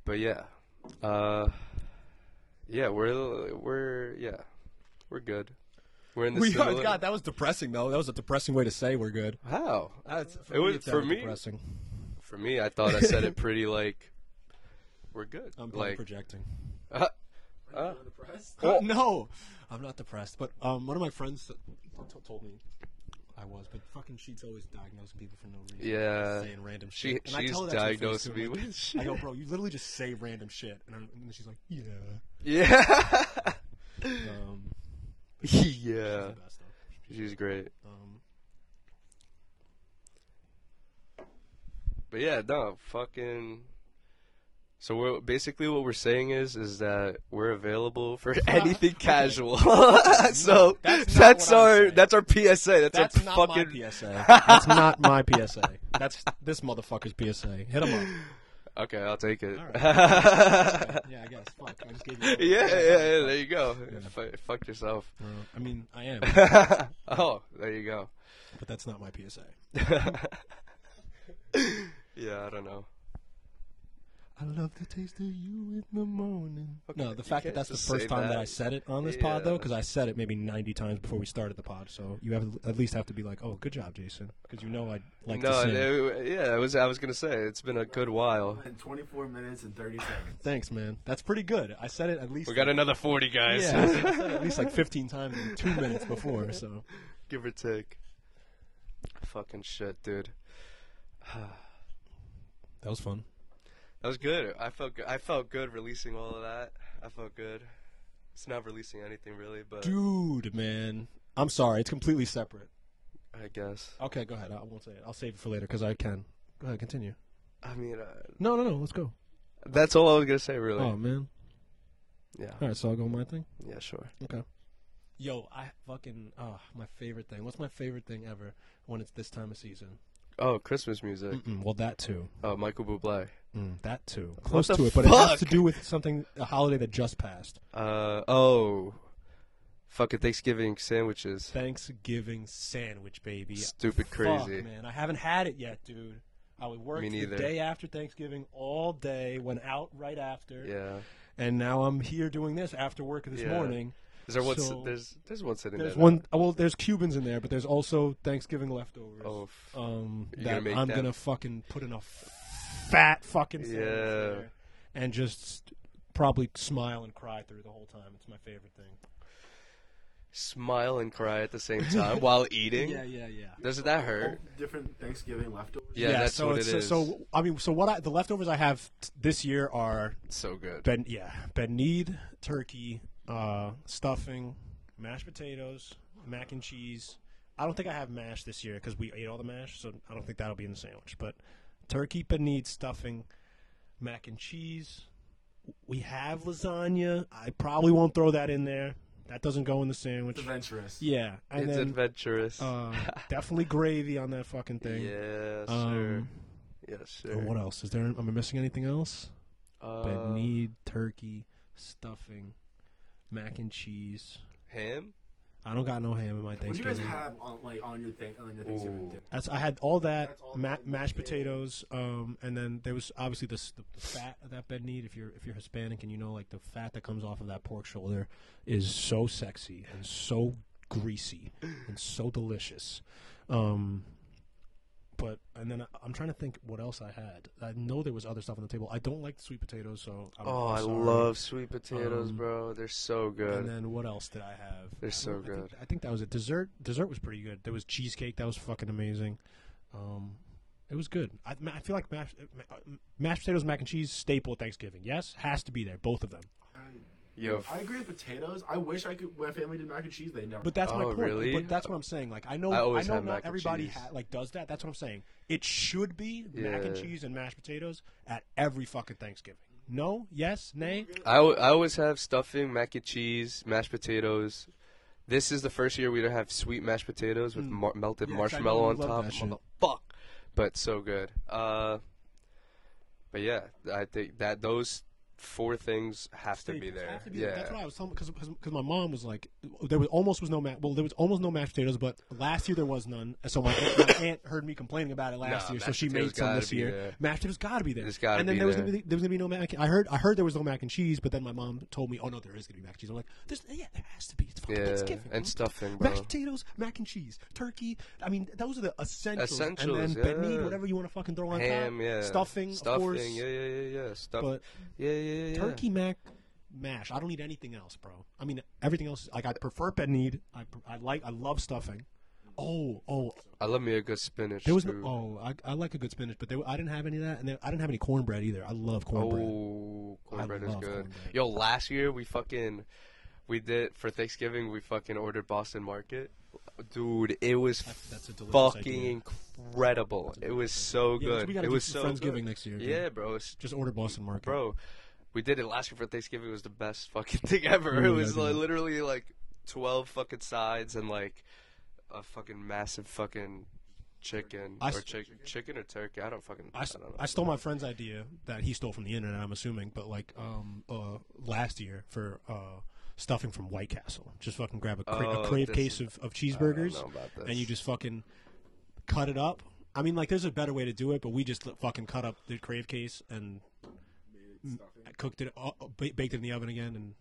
A: But yeah, uh, yeah, we're we're yeah, we're good. We're in the
C: We are,
A: similar-
C: God, that was depressing though. That was a depressing way to say we're good.
A: How
C: That's,
A: It was-
C: it's
A: for
C: that
A: me-
C: Depressing.
A: for me, I thought I said it pretty like we're good.
C: I'm probably
A: like
C: projecting.
A: uh,
D: depressed.
A: oh,
C: No, I'm not depressed. But um, one of my friends t- t- told me I was. But fucking, she's always diagnosing people for no reason.
A: Yeah.
C: Just saying random
A: She-
C: shit. And I
A: she's
C: tell her that to her face,
A: diagnosed
C: too,
A: me
C: like,
A: with shit.
C: I go, bro, you literally just say random shit, and, I'm, and then she's like, yeah.
A: yeah,
C: Um,
A: yeah.
C: the best though.
A: She's great.
C: Um,
A: But yeah, no, fucking. So we're basically what we're saying is is that we're available for anything casual. so that's,
C: that's not what I'm
A: our
C: saying.
A: that's our PSA. That's,
C: that's
A: our
C: not
A: fucking.
C: my PSA. That's not my PSA. That's this motherfucker's PSA. Hit him up.
A: Okay, I'll take it.
C: Alright.
A: yeah,
C: Yeah, I guess. Fuck. I just gave you.
A: yeah, yeah, there you go. Fu- fuck yourself.
C: Uh, I mean, I am,
A: oh, there you go.
C: but that's not my PSA.
A: Yeah, I don't know.
C: I love the taste of you in the morning. no, the
A: you can't
C: fact that that's the
A: just say
C: first time that.
A: that.
C: I said it on this pod, though,
A: Yeah.
C: because I said it maybe 90 times before we started the pod. So you have at least have to be like, oh, good job, Jason, because you know I like
A: no,
C: to sing.
A: it- yeah, I was I was gonna say it's been a good while.
D: In 24 minutes and 30 seconds.
C: Thanks, man. That's pretty good. I said it at least.
A: We got another forty guys,
C: yeah, I said it at least like 15 times in two minutes before. So
A: give or take. Fucking shit, dude.
C: that was fun.
A: That was good. I felt good. I felt good releasing all of that. I felt good. It's not releasing anything really, but
C: Dude, man. I'm sorry. It's completely separate.
A: I guess.
C: Okay, go ahead. I won't say it. I'll save it for later because I can. Go ahead, continue.
A: I mean, uh,
C: No, no, no. Let's go.
A: that's all I was gonna say really.
C: Oh man.
A: Yeah.
C: All right, so I'll go with my thing.
A: Yeah. Sure.
C: Okay. ah, Yo, I fucking oh my favorite thing. What's my favorite thing ever when it's this time of season?
A: Oh, Christmas music.
C: Mm, Well, that too.
A: Oh, Michael Bublé.
C: Mm, that too. Close
A: the
C: to it, but it has
A: fuck?
C: to do with something a holiday that just passed.
A: Uh oh, fucking Thanksgiving sandwiches.
C: Thanksgiving sandwich, baby.
A: Stupid
C: Fuck,
A: crazy.
C: man. I haven't had it yet, dude. I worked
A: Me neither.
C: the day after Thanksgiving all day, went out right after,
A: yeah.
C: and now I'm here doing this after work this
A: Yeah. uh,
C: morning.
A: Is there one? si-
C: So-
A: there's there's one sitting
C: There's
A: there.
C: one. oh, Well, there's Cubans in there, but there's also Thanksgiving leftovers.
A: Oh, f-
C: um,
A: You're
C: that
A: gonna make
C: I'm
A: that-
C: gonna fucking put in a fat fucking sandwich
A: Yeah.
C: there and just probably smile and cry through the whole time. It's my favorite thing.
A: Smile and cry at the same time while eating.
C: yeah, yeah.
A: Doesn't that hurt?
D: Different Thanksgiving leftovers.
A: Yeah, that's
C: so
A: what
C: it's
A: it is.
C: so I mean, so what I the leftovers I have t- this year are
A: so good.
C: ben yeah ben need turkey uh, stuffing, mashed potatoes, mac and cheese. I don't think I have mash this year because we ate all the mash, so I don't think that'll be in the sandwich. But turkey, ben need stuffing, mac and cheese. We have lasagna. I probably won't throw that in there. That doesn't go in the sandwich.
D: Adventurous.
C: Yeah, and
A: it's
C: then
A: adventurous.
C: uh, definitely gravy on that fucking thing.
A: yeah, sure.
C: Um,
A: Yeah, sure.
C: And what else is there? Am I missing anything else?
A: Uh,
C: But need turkey, stuffing, mac and cheese.
A: ham.
C: I don't got no ham in my
D: What do you guys
C: Thanksgiving.
D: have on like on your thing on your Thanksgiving
A: Ooh.
D: dinner?
C: That's, I had all that
D: That's all
C: ma-
D: that-
C: mashed
D: yeah.
C: potatoes, um, and then there was obviously this, the, the fat of that bed need. If you're if you're Hispanic and you know like the fat that comes off of that pork shoulder is so sexy and so greasy and so delicious. Um, but and then I, I'm trying to think what else I had. I know there was other stuff on the table. I don't like sweet potatoes, so I'm,
A: Oh,
C: I'm
A: I
C: sorry.
A: love sweet potatoes,
C: Um,
A: bro. They're so
C: And
A: good.
C: then what else did I have?
A: They're
C: I
A: so
C: don't- I think-
A: good.
C: I think that was it. Dessert. Dessert was pretty good. There was cheesecake. That was fucking amazing. Um, it was good. I, ma- I feel like mashed, uh, mashed potatoes, mac and cheese, staple at Thanksgiving. Yes, has to be there. Both of them.
A: Yo,
D: I agree with potatoes. I wish I could. My family did mac and cheese. They never.
C: But that's my
A: Oh,
C: point.
A: really?
C: But that's what I'm saying. Like I know,
A: I
C: I,
A: always
C: know
A: have mac
C: not
A: and
C: everybody
A: cheese.
C: ha- like does that. That's what I'm saying. It should be mac and
A: Yeah.
C: cheese and mashed potatoes at every fucking Thanksgiving. No, yes, nay.
A: I, al- I always have stuffing, mac and cheese, mashed potatoes. This is the first year we don't have sweet mashed potatoes with mar- melted
C: Hmm. Yeah, 'cause I know
A: marshmallow
C: you
A: on
C: love
A: top.
C: that shit.
A: Fuck, but so good. Uh, but yeah, I think that those four things have to be
C: Staples
A: there.
C: have to be
A: yeah,
C: there. That's what I was telling because because my mom was like there was almost was no ma- well there was almost no mashed potatoes but last year there was none and so my, my aunt heard me complaining about it last
A: Nah,
C: year so
A: mashed
C: she made
A: potatoes
C: some
A: gotta
C: this
A: be
C: year
A: there.
C: mashed potatoes got to be there
A: It's gotta
C: and then
A: be
C: there was
A: there.
C: gonna be there was gonna be no mac I heard I heard there was no mac and cheese but then my mom told me oh no there is gonna be mac and cheese I'm like there's yeah there has to be it's fucking
A: Yeah,
C: Thanksgiving
A: and
C: bro.
A: stuffing, bro.
C: mashed potatoes mac and cheese turkey I mean those are the essentials, and
A: Essentials,
C: then but need
A: yeah.
C: whatever you want to fucking throw on
A: ham,
C: top
A: yeah,
C: stuffing of
A: stuffing,
C: course
A: yeah, yeah, yeah, yeah, stuff,
C: but-
A: yeah, yeah, yeah, yeah.
C: turkey mac mash. I don't need anything else, bro. I mean, everything else. Like I prefer ben need. I pr- I like I love stuffing. Oh oh,
A: I love me a good spinach.
C: there was
A: dude.
C: no, oh I, I like a good spinach, but there, I didn't have any of that, and there, I didn't have any cornbread either. I love cornbread.
A: Oh, cornbread is
C: love
A: good.
C: cornbread.
A: Yo, last year we fucking we did for Thanksgiving we fucking ordered Boston Market. Dude, it was
C: That- that's a delicious
A: fucking
C: idea.
A: incredible. It was so
C: Yeah, that's what
A: good.
C: we gotta
A: it
C: do
A: was
C: for
A: so
C: Friendsgiving
A: good.
C: next year, dude.
A: Yeah, bro. It's,
C: Just order Boston Market,
A: bro, we did it last year for Thanksgiving. It was the best fucking thing ever.
C: really
A: it was
C: gotta do
A: like,
C: that.
A: literally like twelve fucking sides and like a fucking massive fucking chicken
C: I
A: or
C: s-
A: chick chicken or turkey. I don't fucking.
C: I, s-
A: don't know.
C: I stole my friend's idea that he stole from the internet, I'm assuming, but like um uh last year for uh stuffing from White Castle. Just fucking grab a, cra-
A: Oh,
C: a crave
A: this
C: case of, of cheeseburgers
A: know about this.
C: and you just fucking cut it up. I mean, like, there's a better way to do it, but we just li- fucking cut up the crave case and I cooked it, uh, ba- baked it in the oven again, and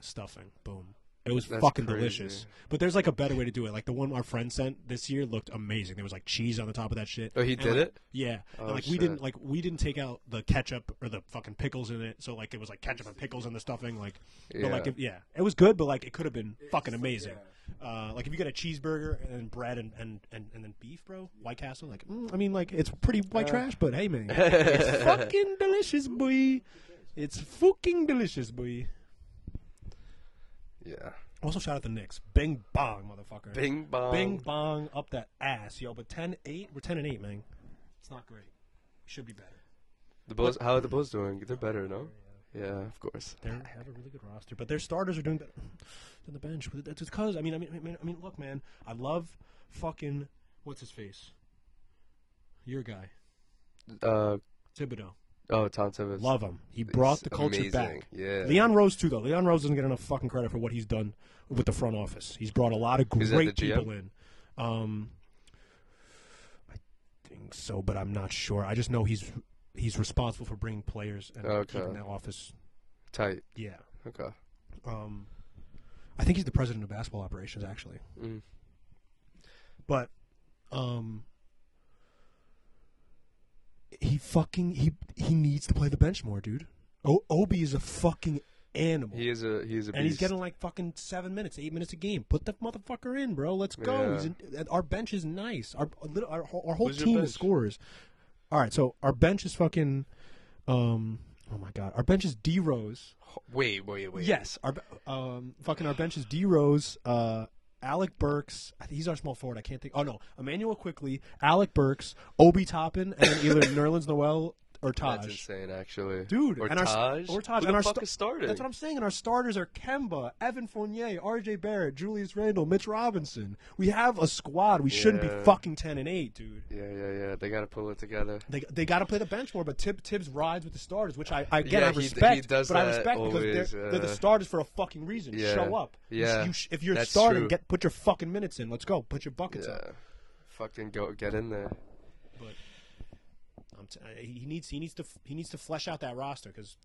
C: stuffing. Boom. It was
A: That's
C: fucking
A: crazy.
C: delicious. But there's like a better way to do it. Like the one our friend sent this year looked amazing. There was like cheese on the top of that shit.
A: Oh, he
C: And,
A: did
C: like-
A: it?
C: Yeah. And,
A: Oh,
C: like we didn't
A: shit.
C: like we didn't take out the ketchup or the fucking pickles in it. So like it was like ketchup and pickles in the stuffing. Like, but like
A: Yeah.
C: if, yeah, it was good, but like it could have been fucking amazing. Uh, like if you got a cheeseburger and then bread and, and, and, and then beef, bro, White Castle. Like, mm, I mean, like it's pretty white
A: Uh.
C: trash, but hey, man, it's fucking delicious, boy. It's fucking delicious, boy.
A: yeah.
C: Also, shout out the Knicks. Bing bong, motherfucker.
A: Bing bong.
C: Bing bong up that ass, yo. But 10 8, we're 10 and 8, man. It's not great. Should be better.
A: The Bulls. How are the Bulls doing? They're better, no? Yeah, of course.
C: They have a really good roster, but their starters are doing better than the bench. But That's because I mean, I mean, I mean, I mean, look, man, I love fucking what's his face, Your guy,
A: Uh,
C: Thibodeau.
A: oh, Tom Thibodeau.
C: Love him. He brought
A: He's
C: the culture
A: amazing.
C: back.
A: Yeah.
C: Leon Rose too, though. Leon Rose doesn't get enough fucking credit for what he's done with the front office. He's brought a lot of
A: Is that
C: great
A: the GM?
C: people in. Um, I think so, but I'm not sure. I just know he's he's responsible for bringing players and
A: Okay.
C: keeping the office.
A: Tight.
C: Yeah.
A: Okay.
C: Um, I think he's the president of basketball operations, actually.
A: Mm.
C: But, um, he fucking he he needs to play the bench more, dude. O- Obi is a fucking animal,
A: He is a he is a beast.
C: and he's getting like fucking seven minutes, eight minutes a game. Put that motherfucker in, bro. Let's go.
A: Yeah.
C: He's in, our bench is nice. Our our, our whole- our whole
A: Who's your
C: team is
A: bench?
C: scorers. All right, so our bench is fucking. Um, oh my god, our bench is D Rose.
A: wait, wait, wait.
C: Yes, our um, fucking our bench is D Rose, uh, Alec Burks. I think He's our small forward. I can't think. Oh no, Emmanuel quickly, Alec Burks, Obi Toppin, and then either Nerlens Noel or
A: That's
C: Taj.
A: insane, actually.
C: Dude,
A: or
C: and our
A: Taj?
C: or Taj
A: Who
C: and
A: the
C: our
A: fuck
C: sta-
A: is starting?
C: That's what I'm saying. And our starters are Kemba, Evan Fournier, R.J. Barrett, Julius Randle, Mitch Robinson. We have a squad. We shouldn't be
A: Yeah.
C: fucking ten and eight, dude.
A: Yeah, yeah, yeah. They gotta pull it together.
C: They, they got to play the bench more, but Tib, Tibbs rides with the starters, which I, I again
A: Yeah,
C: I
A: he- he
C: respect.
A: does
C: but I
A: that
C: respect because
A: always,
C: they're, they're the
A: uh,
C: starters for a fucking reason.
A: Yeah,
C: Show up. You s-
A: yeah,
C: you sh- if you're
A: that's
C: starting,
A: true.
C: get put your fucking minutes in. Let's go. Put your buckets
A: Yeah.
C: up.
A: Fucking go get in there.
C: But I'm t- I- he needs he needs to f- he needs to flesh out that roster because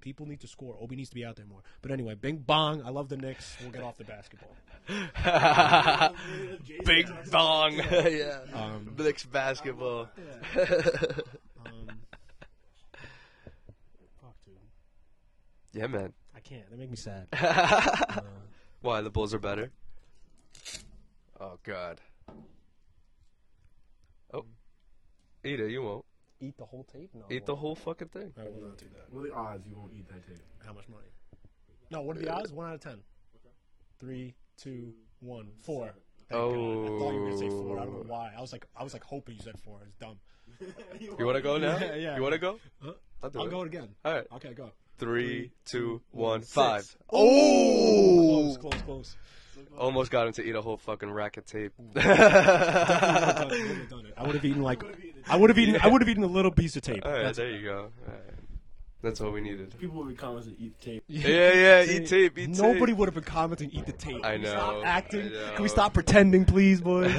C: people need to score. Obi needs to be out there more. But anyway, Bing Bong. I love the Knicks. We'll get off the basketball.
A: Big bong. yeah.
C: Um,
A: Blix basketball.
C: Um, fuck, dude.
A: yeah, man.
C: I can't. They make me sad.
A: Why the Bulls are better? Oh God. Oh, eat it. You won't
C: Eat the whole tape? No. I
A: eat the
C: won't.
A: whole fucking thing.
C: I will not do that.
D: What are the odds you won't eat that tape?
C: How much money? No, what are the odds? One out of ten. Three, two, one, four. Thank God. I thought you were gonna say four. I don't know
A: Oh.
C: why. I was like, I was like hoping you said four. It's dumb.
A: You want to go now?
C: Yeah, yeah.
A: You want to go?
C: Huh?
A: I'll do
C: I'll
A: it.
C: go again.
A: All right.
C: Okay, go.
A: Three, two, one,
C: Six.
A: five.
C: Close,
A: Oh!
C: close, close.
A: Almost got him to eat a whole fucking rack of tape.
C: I
A: All
C: would have done it. I would have eaten like, I would have eaten, I would have eaten a little piece of tape.
A: right,
C: That's-
A: there you go. All right. That's all we needed.
D: People would be commenting eat tape.
A: Yeah, E yeah, eat tape, eat
C: Nobody
A: tape.
C: would have been commenting. Eat the tape.
A: I
C: Can we stop
A: know,
C: acting.
A: I
C: Can we
A: know.
C: stop pretending, please, boys?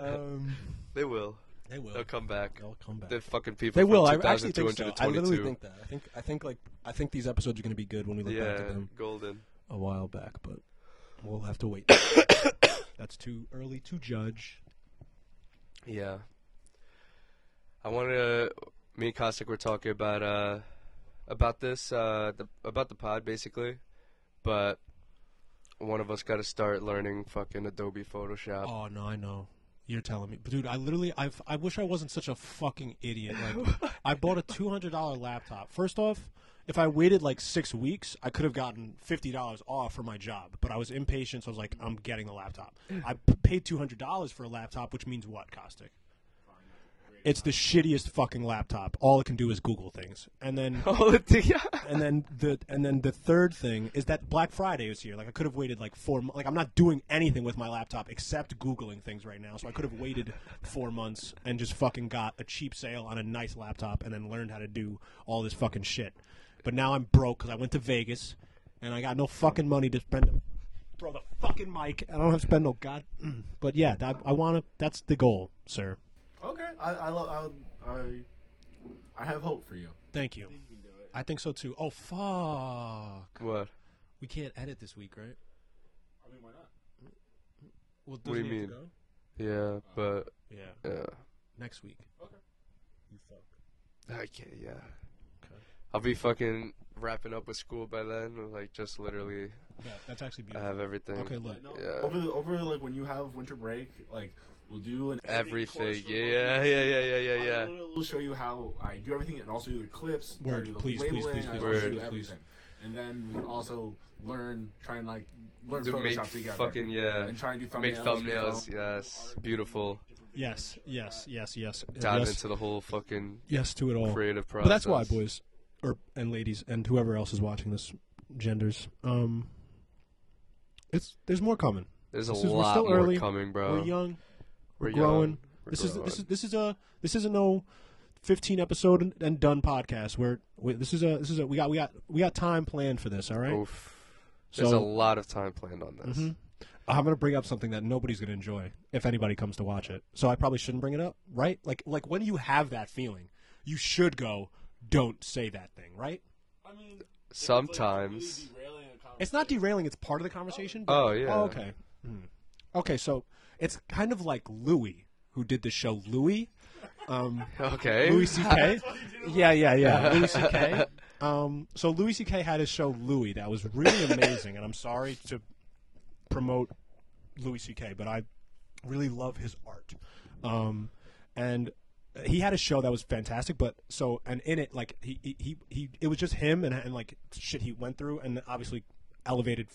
C: um,
A: They will.
C: they will.
A: They'll come back.
C: They'll come back.
A: The fucking people.
C: They
A: from
C: will. I actually think so.
A: 2022.
C: I literally think that. I think I think like I think these episodes are going to be good when we look back at
A: Yeah,
C: them
A: golden.
C: a while back, but we'll have to wait. That's too early to judge.
A: Yeah. I wanted to. Me and Kostic were talking about uh about this uh the, about the pod basically, but one of us got to start learning fucking Adobe Photoshop.
C: Oh no, I know. You're telling me, but dude, I literally, I, I wish I wasn't such a fucking idiot. Like, I bought a two hundred dollar laptop. First off, if I waited like six weeks, I could have gotten fifty dollars off for my job. But I was impatient, so I was like, I'm getting the laptop. I p- paid two hundred dollars for a laptop, which means what, Caustic? It's the shittiest fucking laptop. All it can do is Google things, and then
A: Oh, yeah.
C: and then the and then the third thing is that Black Friday was here. Like I could have waited like four. mo- Like I'm not doing anything with my laptop except googling things right now. So I could have waited four months and just fucking got a cheap sale on a nice laptop and then learned how to do all this fucking shit. But now I'm broke because I went to Vegas and I got no fucking money to spend. Bro, the fucking mic. I don't have to spend no god. Mm. But yeah, that, I want to. That's the goal, sir.
D: Okay, I I love I I, I have hope for you.
C: Thank you. I think so too. Oh fuck.
A: What?
C: We can't edit this week, right?
D: I mean, why not?
C: Well,
A: do you
C: doesn't he have
A: mean?
C: to go?
A: Yeah, but uh,
C: Yeah,
A: yeah,
C: next week.
D: Okay.
C: You fuck.
A: I can't. Yeah,
C: Okay.
A: I'll be fucking wrapping up with school by then. Like, just literally,
C: Yeah, that's
A: I
C: actually beautiful.
A: have everything.
C: okay, look.
D: No,
A: Yeah.
D: Over the, over like when you have winter break, like we'll do an editing course
A: Everything.
D: for
A: Yeah, yeah,
D: both.
A: yeah, yeah, yeah, yeah.
D: I will show you how I do everything and also do the clips. I
C: Word,
D: do the
C: please, please,
D: labeling,
C: please,
D: I
C: please,
D: also
A: please,
D: do
A: please.
D: everything. And then we can also learn, try and like learn
A: To make
D: Photoshop together.
A: fucking yeah.
D: and try and do thumbnails.
A: Make thumbnails.
D: you know.
A: Yes, beautiful.
C: Yes, yes, yes, yes.
A: Dive
C: yes,
A: into the whole fucking
C: yes to it all.
A: creative process.
C: But that's why, boys, or and ladies, and whoever else is watching this, genders. Um, it's there's more coming.
A: There's a
C: This is- we're
A: lot
C: still
A: more
C: early.
A: coming, bro.
C: We're young.
A: Uh, We're
C: growing.
A: young.
C: This is
A: going
C: this
A: on.
C: is this is a this is a no. 15 episode and, and done podcast where we, this is a this is a we got we got we got time planned for this all right
A: Oof. There's a
C: So- Mm-hmm.
A: lot of time planned on this.
C: i'm gonna bring up something that nobody's gonna enjoy if anybody comes to watch it so i probably shouldn't bring it up right like like when you have that feeling you should go don't say that thing right
D: I mean, if it's, like, completely
A: Sometimes.
D: derailing a conversation-
C: It's not derailing. It's part of the conversation. but-
A: Oh, yeah.
C: Oh, okay. Hmm. Okay, so it's kind of like Louis, who did the show Louis, um,
A: Okay.
C: Louis C.K. yeah, yeah, yeah. Louis C.K. Um, so Louis C.K. had his show Louis that was really amazing, and I'm sorry to promote Louis C.K., but I really love his art. Um, and he had a show that was fantastic, but so and in it, like he he, he, he it was just him and, and like shit he went through, and obviously elevated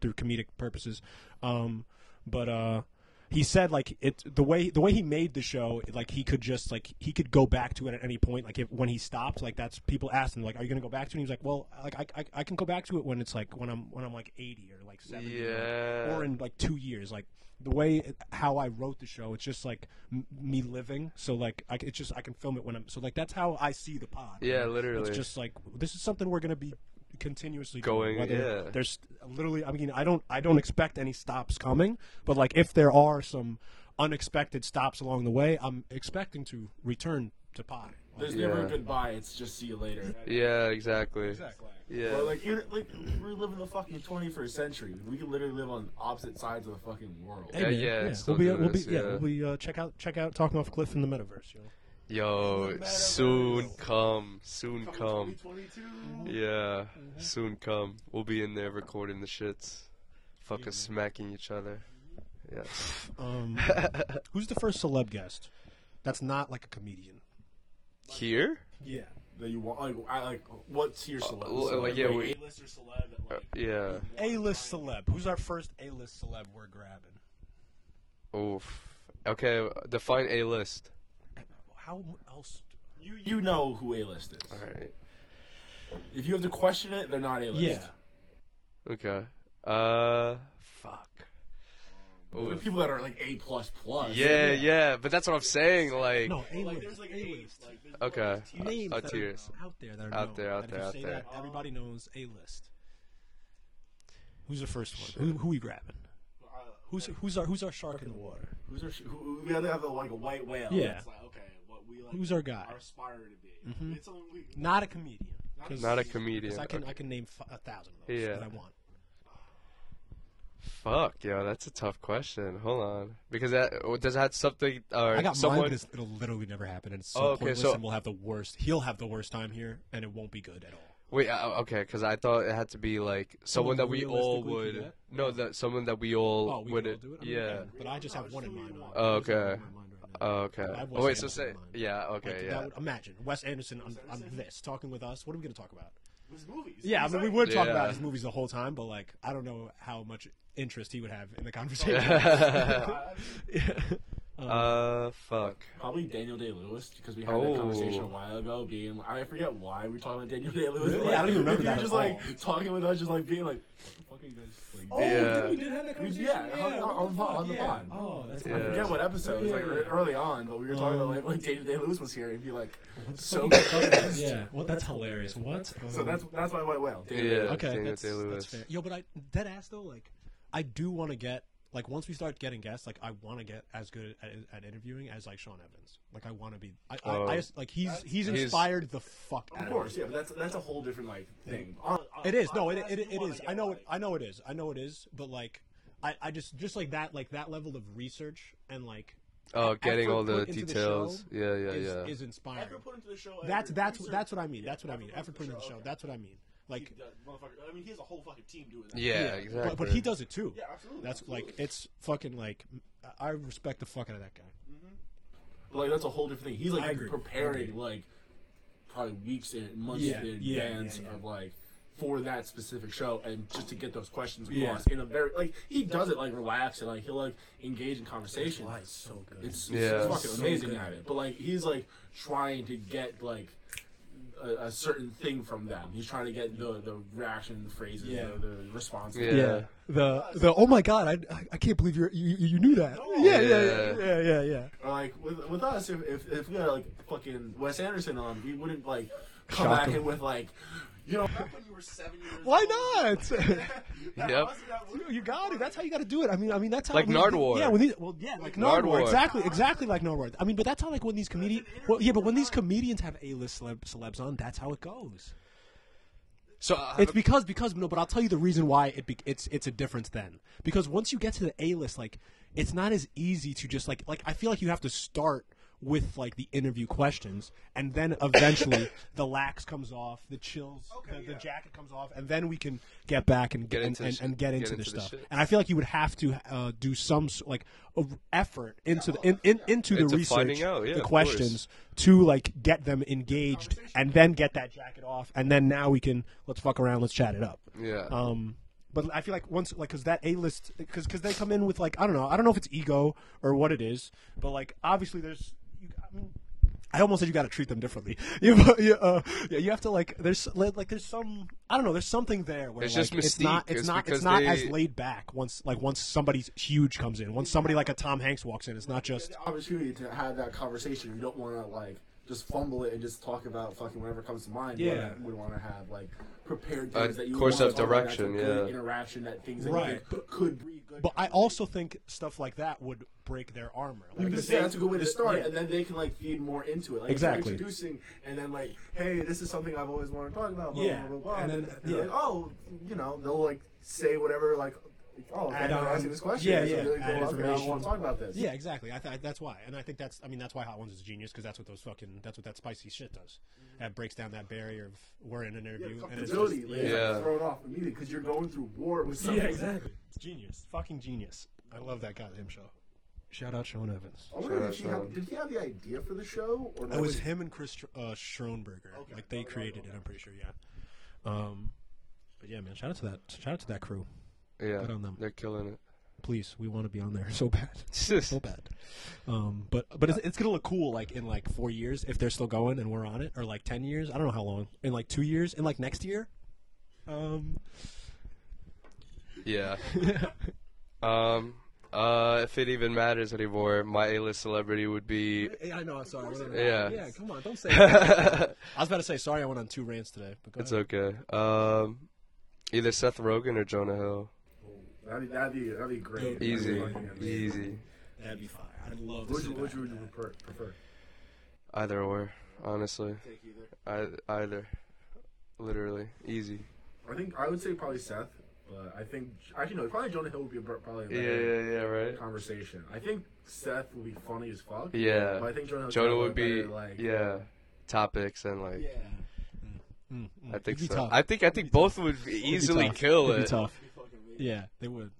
C: through comedic purposes. Um, but uh, he said like it the way the way he made the show, like he could just like he could go back to it at any point. Like if when he stopped, like that's people asked him like, "Are you gonna go back to?" it? And he was like, "Well, like I, I I can go back to it when it's like when I'm when I'm like 80 or like 70 or
A: Yeah.
C: or in like two years. Like the way how I wrote the show, it's just like m- me living. So like I, c- it's just I can film it when I'm. So like that's how I see the pod.
A: Yeah,
C: Like,
A: literally.
C: It's just like this is something we're gonna be continuously
A: Going,
C: Doing, whether
A: yeah.
C: There's literally. I mean, I don't. I don't expect any stops coming. But like if there are some unexpected stops along the way, I'm expecting to return to pod.
D: There's never
A: Yeah.
D: a goodbye. It's just see you later.
A: Yeah, exactly. Yeah.
D: Or like, even, like we're living the fucking 21st century. We can literally live on opposite sides of the fucking world.
A: Yeah, yeah, still
C: We'll be,
A: do
C: we'll
A: this,
C: be, yeah,
A: yeah.
C: we'll be, uh, check out, check out, talking off cliff in the metaverse. You know?
A: Yo, soon come, soon come.
E: 2022.
A: Yeah, soon come. We'll be in there recording the shits, fucking smacking each other. Yeah.
C: Um, who's the first celeb guest that's not like a comedian?
A: Here?
E: Yeah.
D: That you want, like, I, like what's your celeb?
A: Uh, well, like, yeah, we- Uh,
D: A-list or celeb that, like,
A: Yeah.
C: A list celeb. Who's our first A list celeb we're grabbing?
A: Oof. Okay, define a list.
C: How else?
D: you you know who A-list is.
A: All right.
D: If you have to question it, they're not A-list.
A: Okay. Uh, fuck.
D: There are
A: Oof.
D: people that are like A plus plus.
A: Yeah, yeah, but that's what I'm saying. Like,
C: No, A list.
D: uh,
C: Oh,
A: okay,
C: Names
A: uh,
C: that
A: tiers.
C: are out there that are
A: Out
C: known.
A: there, out
C: that if
A: there,
C: you
A: out
C: say
A: there.
C: That, everybody knows A list. Who's the first one? Who, who we grabbing? Who's who's our who's our shark in the water?
D: Who's our, sh- who- who, we gotta have like a white whale.
C: Yeah.
D: That's like, okay, what we like.
C: Who's our guy? Mm-hmm.
D: aspire to be. It's only we.
C: Not a comedian. 'Cause-
A: Not a
C: 'cause
A: comedian.
C: I can
A: Okay.
C: I can name f- a thousand of those
A: Yeah.
C: that I want.
A: Fuck, yo, that's a tough question. Hold on, because that oh, does that something or
C: I got mine,
A: someone?
C: but it's, it'll literally never happen, and it's so
A: Oh, okay,
C: pointless,
A: so-
C: and we'll have the worst. He'll have the worst time here, and it won't be good at all.
A: Wait, uh, okay, because I thought it had to be like someone that we all
C: realistically could do
A: would.
C: that?
A: No, that someone that we all
C: Oh, we
A: would.
C: can all do it. I mean,
A: yeah.
C: okay, but I just have one in mind. Right
A: Oh,
C: I just have
A: okay.
C: one in mind right now.
A: Oh, okay.
C: I have
A: Oh, wait,
C: Wes
A: so
C: Anderson
A: say
C: in mind.
A: yeah. Okay,
C: Like,
A: yeah.
C: that would- imagine Wes Anderson on, on this talking with us. What are we going to talk about?
E: His movies.
C: Yeah, I mean, we would talk
A: Yeah.
C: about his movies the whole time, but like, I don't know how much interest he would have in the conversation. Um,
A: uh, fuck.
D: Probably Daniel Day Lewis because we had
A: Oh.
D: that conversation a while ago. Being I forget why we were talking about Daniel Day Lewis.
C: Really? I don't even remember
D: You're
C: that at
D: just
C: all.
D: like talking with us, just like being like, "What the fuck are you guys?" Like,
C: Oh,
A: Yeah.
C: dude, we did have that
D: We-
C: conversation.
D: yeah, on-
C: what the
D: on- on the-
C: fuck,
D: on the
C: yeah.
D: pod.
C: Oh, that's
A: Yeah.
D: I forget what episode it was like
C: Yeah. Um.
D: early on, but we were talking about like when Daniel Day Lewis was here and be like, "So
C: yeah. Well, that's hilarious. What?
D: so that's that's my white whale." Daniel
A: Yeah.
D: Day-Lewis.
C: okay,
A: Daniel
C: that's,
A: Day-Lewis.
C: that's fair. Yo, but I dead ass though, like I do want to get like once we start getting guests, like I want to get as good at, at interviewing as like Sean Evans. Like I want to be, I,
A: Oh.
C: I, I just, like he's he's
A: he's-
C: inspired the fuck. out
D: Of
C: me.
D: course, yeah, but that's that's a whole different like thing. Uh, On- on
C: It is. No, it,
D: podcast,
C: it,
D: you
C: it
D: wanna
C: is.
D: get,
C: I know
D: like, uh,
C: it. I know it is. I know it is. But like, I, I just just like that like that level of research and like
A: Oh, getting
C: effort
A: all the
C: put into the
A: details.
C: show
A: yeah, yeah,
C: is,
A: yeah.
C: is inspiring.
D: effort put into the show.
C: That's
D: effort
C: that's
D: research.
C: that's what I mean. That's what I
D: effort
C: mean.
D: put
C: Effort put into the show. That's what I mean. Like,
D: Yeah, motherfucker. I mean, he has a whole fucking team doing that.
A: yeah, exactly.
C: but, but he does it too.
D: Yeah, absolutely.
C: That's like
D: absolutely.
C: it's fucking like I I respect the fuck out of that guy.
D: like that's a whole different thing. He's
C: I
D: like
C: agree.
D: preparing like probably weeks and months
C: Yeah,
D: in
C: yeah, yeah,
D: advance
C: yeah.
D: of like for that specific show and just to get those questions across
C: Yeah.
D: in a very like he does it like relaxed and like he'll like engage in conversation.
C: so good.
D: It's,
A: Yeah.
D: it's fucking
C: So
D: amazing
C: good.
D: at it. But like he's like trying to get like
B: a, a certain thing from them. He's trying to get the the reaction, the phrases,
D: Yeah.
B: the, the response.
A: Yeah.
C: Yeah. The the oh my god, I I can't believe you're, you you you knew that. Yeah, yeah, yeah,
A: Yeah.
C: yeah, yeah, yeah.
B: Or like with with us, if, if if we had like fucking Wes Anderson on, we wouldn't like come
C: Shock
B: back
C: him.
B: in with like, you know,
D: When you were seven years
C: Why
D: old.
C: not?
D: That
A: Yep.
D: wasn't that
C: You-
D: weird.
C: You got it. That's how you got to do it. I mean, I mean, that's how
A: Like
C: when
A: Nardwar.
C: Yeah, when these, well, yeah, like Nardwar.
A: Nardwar.
C: Exactly, exactly like Nardwar. I mean, but that's how like when these comedians. Well, yeah, but when these comedians have A-list celeb- celebs on, that's how it goes.
A: So uh,
C: It's because because no, but I'll tell you the reason why it be, it's it's a difference then. Because once you get to the A list, like it's not as easy to just like like I feel like you have to start with like the interview questions, and then eventually the lax comes off, the chills, the, the jacket comes off, and then we can get back and
A: Get
C: and,
A: into the
C: and,
A: sh-
C: and get
A: get
C: into this
A: into the
C: stuff.
A: shit.
C: And I feel like you would have to uh, do some s- like a r- effort into the in, in, into the
A: Into finding
C: research,
A: out, yeah,
C: the
A: of course.
C: questions to like get them engaged and then get that jacket off and then now we can let's fuck around let's chat it up
A: yeah,
C: um but i feel like once like because that a list because because they come in with like i don't know i don't know if it's ego or what it is but like obviously there's you, i mean I almost said you got to treat them differently. You, you, uh, yeah, you have to like. There's like, like there's some. I don't know. There's something there where
A: It's
C: like,
A: just
C: it's not.
A: mystique.
C: It's,
A: It's
C: not. It's
A: because
C: not
A: they-
C: as laid back. Once like once somebody huge comes in. Once somebody like a Tom Hanks walks in. It's not just.
B: Yeah.
D: The opportunity to have that conversation. You don't want to like just fumble it and just talk about fucking whatever comes to mind. You
C: Yeah.
D: wanna- we want to have like prepared
A: A
D: things that you
A: course
D: wanna
A: of
D: talk about, that's a
A: direction,
D: good
A: yeah.
D: interaction that things that
C: Right.
D: right. could, could breed good.
C: But I also think stuff like that would break their armor. Like,
D: Because
B: Yeah.
D: that's a good way to start,
B: Yeah.
D: and then they can like feed more into it. Like
C: Exactly.
D: exactly. introducing, and then like, hey, this is something I've always wanted to talk about. Blah,
C: Yeah.
D: Blah, blah, blah.
C: And
D: And
C: then-
D: then,
C: yeah.
D: like, oh, you know, they'll like say whatever like, oh,
C: Add
D: I'm
C: on.
D: asking this question.
C: Yeah,
D: this
C: yeah.
D: Really
C: Add
D: cool. Okay, I
C: information.
D: want to talk about this.
C: Yeah, exactly. I th- that's why, and I think that's. I mean, that's why Hot Ones is genius because that's what those fucking. That's what that spicy shit does. That breaks down that barrier of we're in an interview and it's just,
D: Comfortability like, is,
A: Yeah.
D: like, thrown off immediately because you're going through war with something.
C: It's genius, fucking genius. I love that goddamn show. Shout out Sean Evans.
D: I wonder
A: Shout
D: if she
A: out,
D: had, did he have the idea for the show or
C: It was him and Chris Str- uh, Schroenberger. Like they created it. I'm pretty sure. Yeah. Um, but yeah, man. Shout out to that. Shout out to that crew.
A: yeah,
C: good on them.
A: they're killing
C: Please, we want to be on there so bad.
A: it.
C: so bad. Um, but but it's, it's gonna look cool like in like four years if they're still going and we're on it, or like ten years. I don't know how long. In like two years, in like next year. Um,
A: yeah. Um. Uh, if it even matters anymore, my A-list celebrity would be.
C: yeah, I know. I'm sorry. I wasn't-
A: Yeah.
C: Yeah. Come on. Don't say. that. I was about to say sorry. I went on two rants today. But go
A: It's
C: ahead.
A: okay. Um, either Seth Rogen or Jonah Hill.
D: That'd be, that'd be, that'd be great.
A: Easy,
D: That'd be fucking amazing.
A: easy.
C: That'd be fire. I'd love
D: Which, which would you prefer? prefer?
A: Either or, honestly,
D: Take either.
A: I, either, literally, easy.
D: I think I would say probably Seth, but I think actually no, probably Jonah Hill would be a, probably a
A: Yeah,
D: better
A: yeah, yeah, right.
D: conversation. I think Seth would be funny as fuck. but
A: Yeah,
D: I think Jonah, Hill's
A: Jonah
D: probably
A: would be
D: better, like
A: yeah, topics and like.
D: yeah.
A: I think
C: Mm, It'd be
A: so.
C: tough.
A: I think I think both would easily
C: tough.
A: kill
C: It'd be
A: it.
C: tough. Yeah, they would.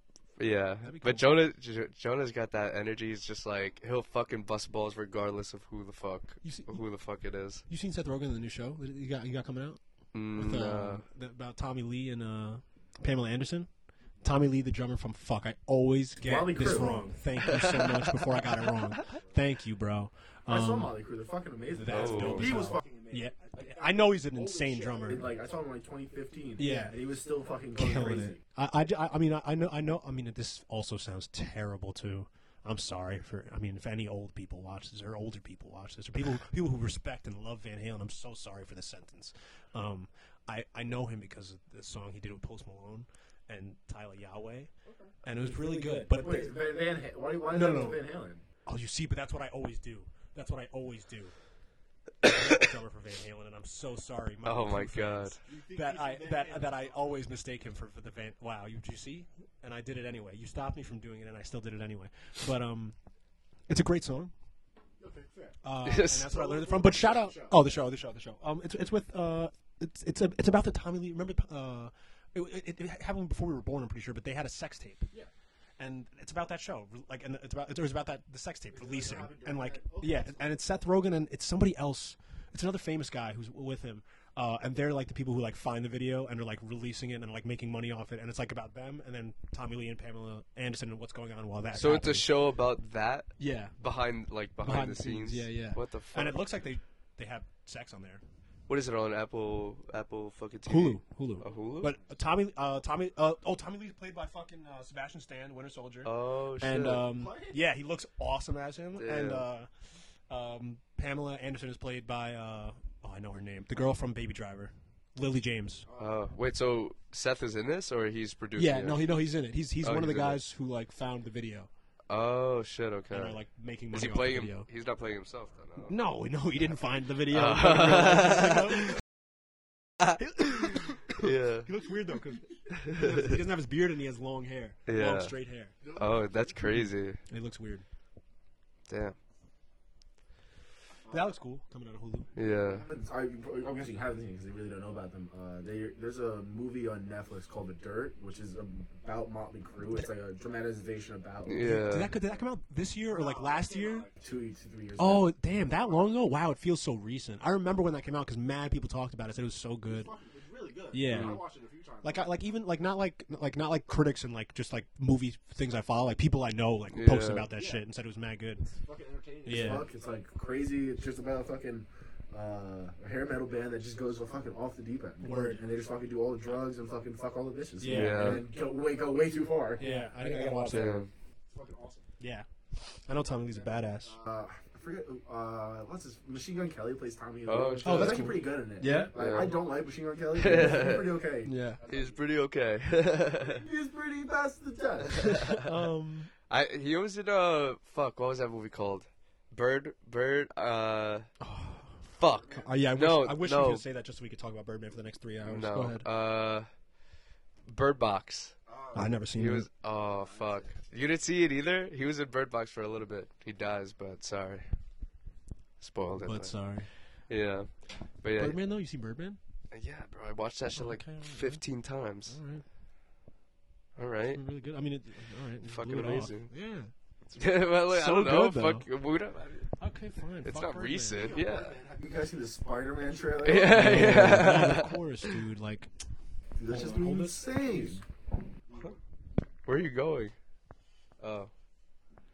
A: Yeah,
C: be cool.
A: but Jonah J- Jonah's got that energy. He's just like he'll fucking bust balls regardless of who the fuck
C: You see-
A: who the fuck it is.
C: You seen Seth Rogen in the new show that you got? You got coming out?
A: Mm,
C: with uh,
A: no.
C: the, about Tommy Lee and uh, Pamela Anderson. Tommy Lee, the drummer from Fuck. I always get
D: Motley
C: this
D: Crue.
C: wrong. Thank you so much before I got it wrong. Thank you, bro.
D: I saw
C: Um,
D: Molly Crew. They're fucking amazing.
C: that's
A: Oh. dope
D: He
C: as
D: was
C: hell.
D: fucking amazing.
C: yeah, I know he's an insane drummer.
D: And, like I saw him in like 2015.
C: Yeah.
D: and he was still fucking going
C: Killing
D: crazy.
C: it. I, I, I- I mean, I, I know, I know. I mean, this also sounds terrible too. I'm sorry for. I mean, if any old people watch this or older people watch this or people people who respect and love Van Halen, I'm so sorry for this sentence. Um, I I know him because of the song he did with Post Malone and Tyler Yahweh, and it was really good. But
D: Wait, Van, Van Ha- why, why is
C: No,
D: that
C: no.
D: Van Halen?
C: Oh, you see, but that's what I always do. That's what I always do. I'm a drummer for Van Halen, and I'm so sorry.
A: Oh my
C: Crew fans,
A: God.
C: That I that that I always mistake him for, for the Van. Wow, you do you see? And I did it anyway. You stopped me from doing it, and I still did it anyway. But um, it's a great song. Uh, and
A: Yes.
C: that's where I learned it from. But shout out! Oh, the show, the show, the show. Um, it's it's with uh, it's it's a, it's about the Tommy Lee. Remember, uh, it, it, it happened before we were born. I'm pretty sure, but they had a sex tape. Yeah. And it's about that show, like, and it's about it was about that the sex tape releasing, and like, yeah, and it's Seth Rogen and it's somebody else. It's another famous guy who's with him, uh, and they're like the people who like find the video and are like releasing it and like making money off it, and it's like about them and then Tommy Lee and Pamela Anderson and what's going on while that.
A: So it's a
C: happens.
A: show about that
C: yeah
A: behind like behind, the scenes.
C: Yeah, yeah.
A: What the fuck?
C: And it looks like they they have sex on there.
A: What is it on Apple? Apple fucking TV?
C: Hulu, Hulu,
A: A Hulu?
C: But uh, Tommy, uh, Tommy, uh, oh, Tommy Lee's played by fucking uh, Sebastian Stan, Winter Soldier,
A: oh shit.
C: and um,
D: Play it.
C: yeah, he looks awesome as him. And uh,
A: Damn.
C: um, Pamela Anderson is played by uh, oh, I know her name, the girl from Baby Driver, Lily James.
A: oh wait, so Seth is in this or he's producing?
C: yeah,
A: it?
C: no, he no, he's in it. He's he's
A: Oh,
C: one of the
A: he's in it.
C: guys who like found the video
A: Oh shit. Okay.
C: and are like making money
A: is he
C: off
A: playing?
C: the
A: Him?
C: video.
A: He's not playing himself. Then, no.
C: No, no, he didn't find the video.
A: Uh. yeah.
C: he looks weird though because he doesn't have his beard and he has long hair,
A: Yeah.
C: long straight hair.
A: Oh, that's crazy.
C: And he looks weird.
A: Damn.
C: That looks cool coming out of Hulu.
A: Yeah.
D: But I, I'm guessing you haven't seen because they really don't know about them. Uh, they, there's a movie on Netflix called The Dirt, which is about Motley Crue. It's like a dramatization about
A: Yeah.
C: Did that did that come out this year or like last year?
D: two to three years. ago.
C: Oh damn, that long ago? Wow, it feels so recent. I remember when that came out because mad people talked about it. Said it was so good.
B: It's really good.
C: Yeah.
B: I watched it a few times.
C: Like I, like even like not like like not like critics and like just like movie things I follow. Like people I know like posted
A: Yeah.
C: about that shit and said it was mad good.
B: it's fucking entertaining.
D: It's
C: Yeah.
D: fuck, It's like crazy. It's just about a fucking uh, hair metal band that just goes fucking off the deep end.
C: Word.
D: And they just fucking do all the drugs and fucking fuck all the bitches.
C: Yeah.
A: Yeah.
D: And then go way, go way too far.
C: Yeah, I think I gotta watch that.
A: Damn.
B: It's fucking awesome.
C: Yeah, I know Tommy Lee's a badass.
D: Uh, I forget. Uh, what's his Machine Gun Kelly plays Tommy.
A: Oh,
D: Lee.
A: shit.
D: He's
C: Oh, that's
D: actually
C: cool.
D: pretty good in it.
C: Yeah?
D: Like,
A: Yeah.
D: I don't like Machine Gun Kelly. But he's pretty okay.
C: Yeah.
A: He's pretty okay.
D: He's pretty best to death.
C: Um.
A: I he was in uh fuck what was that movie called? Bird Bird uh fuck
C: uh, yeah. I wish,
A: No,
C: I wish
A: no.
C: we could say that just so we could talk about Birdman for the next three hours. Go
A: no
C: ahead.
A: uh Bird Box.
C: I never seen
A: He
C: it.
A: was oh fuck you didn't see it either. He was in Bird Box for a little bit. He dies, but sorry, spoiled it.
C: but sorry,
A: yeah, but yeah,
C: Birdman though. You seen Birdman?
A: yeah, bro. I watched that shit like
C: Okay, alright, yeah.
A: fifteen times.
C: All right,
A: All right.
C: really good. I mean, it, all right,
A: Fucking
C: blew it off.
A: amazing.
C: Yeah.
A: well, like,
C: So
A: I don't know.
C: good, though.
A: fuck, we don't-
C: Okay, fine.
A: it's
C: Fuck
A: not
C: Birdman.
A: recent. Yeah.
D: Have you guys seen the Spider-Man trailer?
A: Yeah,
C: Yeah,
A: yeah.
C: of course, dude. Like,
D: Dude, that's just
C: Hold it.
D: insane.
A: Where are you going? Oh.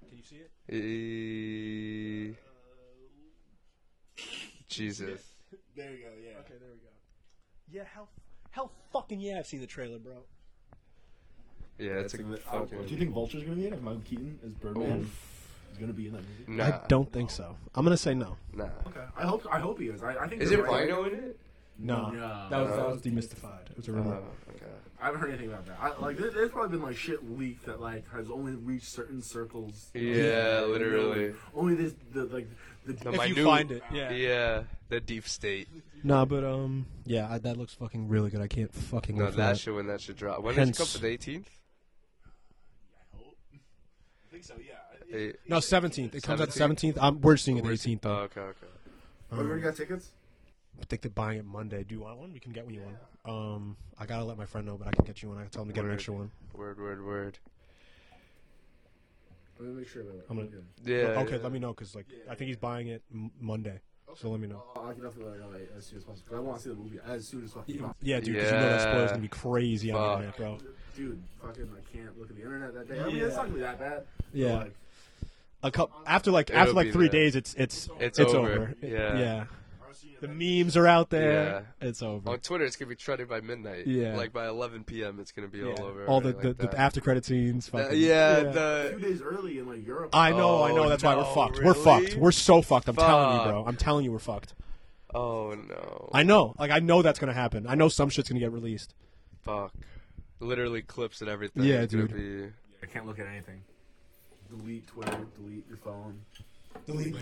C: can you see it?
A: E- Jesus.
B: There you go. Yeah.
C: Okay, there we go. Yeah, hell, hell, fucking yeah! I've seen the trailer, bro.
A: Yeah, it's a
D: Do you
A: fucking.
D: think Vulture's gonna be in it? If Michael Keaton is Birdman, he's gonna be in that movie.
A: Nah,
C: I don't think so. I'm gonna say no.
A: nah.
D: Mm. Okay. I hope. I hope he is. I, I think.
A: Is
D: they're
A: it
D: right.
A: Rhino in it?
C: No, Uh,
D: No.
C: that was that was demystified. It was a
A: Oh,
C: rumor.
A: okay.
D: I haven't heard anything about that. I, like, there- there's probably been like shit leaked that like has only reached certain circles.
A: Yeah, literally.
D: Only this, the like the.
A: The
C: If you
A: minute-
C: find it, yeah.
A: Yeah, the deep state.
C: Nah, but um, yeah, I, that looks fucking really good. I can't fucking
A: No,
C: wait for
A: that
C: it.
A: should when that should drop. When does it come
C: Hence-
A: for the 18th?
B: I hope. I think so. Yeah.
A: Eh,
C: No, seventeenth. It comes out
A: 17th.
C: seventeenth. Um, we're seeing it
A: where's-
C: eighteenth
A: Oh,
C: though.
A: okay, okay.
D: Oh, you already got tickets.
C: I think they're buying it Monday. Do you want one? We can get you one. Um, I gotta let my friend know, but I can get you one. I can tell him to get an
A: Word.
C: extra one.
A: Word, word, word.
D: Let me make sure about it.
C: I'm gonna-
D: Okay.
A: Yeah.
C: okay,
A: yeah.
C: let me know because like I think he's buying it m- Monday. So let me know.
D: I'll- I can definitely let you know like, as soon as possible. 'cause I want to see the movie as soon as fucking possible.
C: Yeah, dude, 'cause you know that spoiler's
A: Yeah.
C: gonna be crazy on
A: Fuck.
C: the internet, bro.
D: Dude, fucking, I can't look at the internet that day. I mean, it's not gonna be that bad. but,
C: Yeah.
D: like,
C: A couple after like
A: It'll
C: after like
A: be
C: three
A: there.
C: days, it's it's
A: It's
C: over.
A: over. Yeah.
C: yeah.
B: I was seeing it
C: The
B: that-
C: memes are out there. It's over.
A: On Twitter, it's gonna be trending by midnight.
C: Yeah.
A: Like by 11 p.m., it's gonna be
C: Yeah.
A: all over.
C: All the,
A: like
C: the,
A: that.
C: the after credit scenes.
A: Uh,
C: Fucking,
A: yeah,
D: a few
A: the
D: days early in like Europe.
C: I know, I
A: Oh,
C: know. That's why
A: no,
C: we're fucked. We're
A: really?
C: fucked. We're so fucked. I'm telling you,
A: Fuck.
C: bro. I'm telling you, we're fucked.
A: oh no,
C: I know. Like I know that's gonna happen. I know some shit's gonna get released.
A: fuck, literally clips and everything.
C: Yeah,
A: It's gonna be-
D: I can't look at anything. Delete Twitter. Delete your phone.
C: Delete my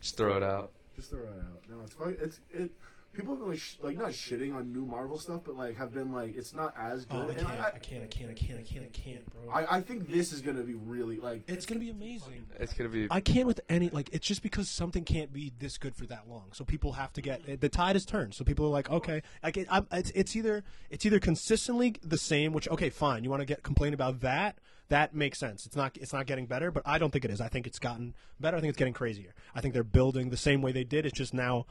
A: Just throw it out.
D: Just throw it out. No, it's fucking, it's it. People have been like, sh- like not shitting on new Marvel stuff, but like have been like it's not as good. and I,
C: can't. Oh, I can't. I can't. I can't. I can't, bro.
D: I I think this is gonna be really like
C: it's gonna be amazing.
A: It's gonna be.
C: I can't with any like it's just because something can't be this good for that long. So people have to get the tide is turned. So people are like, okay, like it, I'm, it's it's either it's either consistently the same, which okay, fine. You want to get complain about that? That makes sense. It's not it's not getting better, but I don't think it is. I think it's gotten better. I think it's getting crazier. I think they're building the same way they did. It's just now,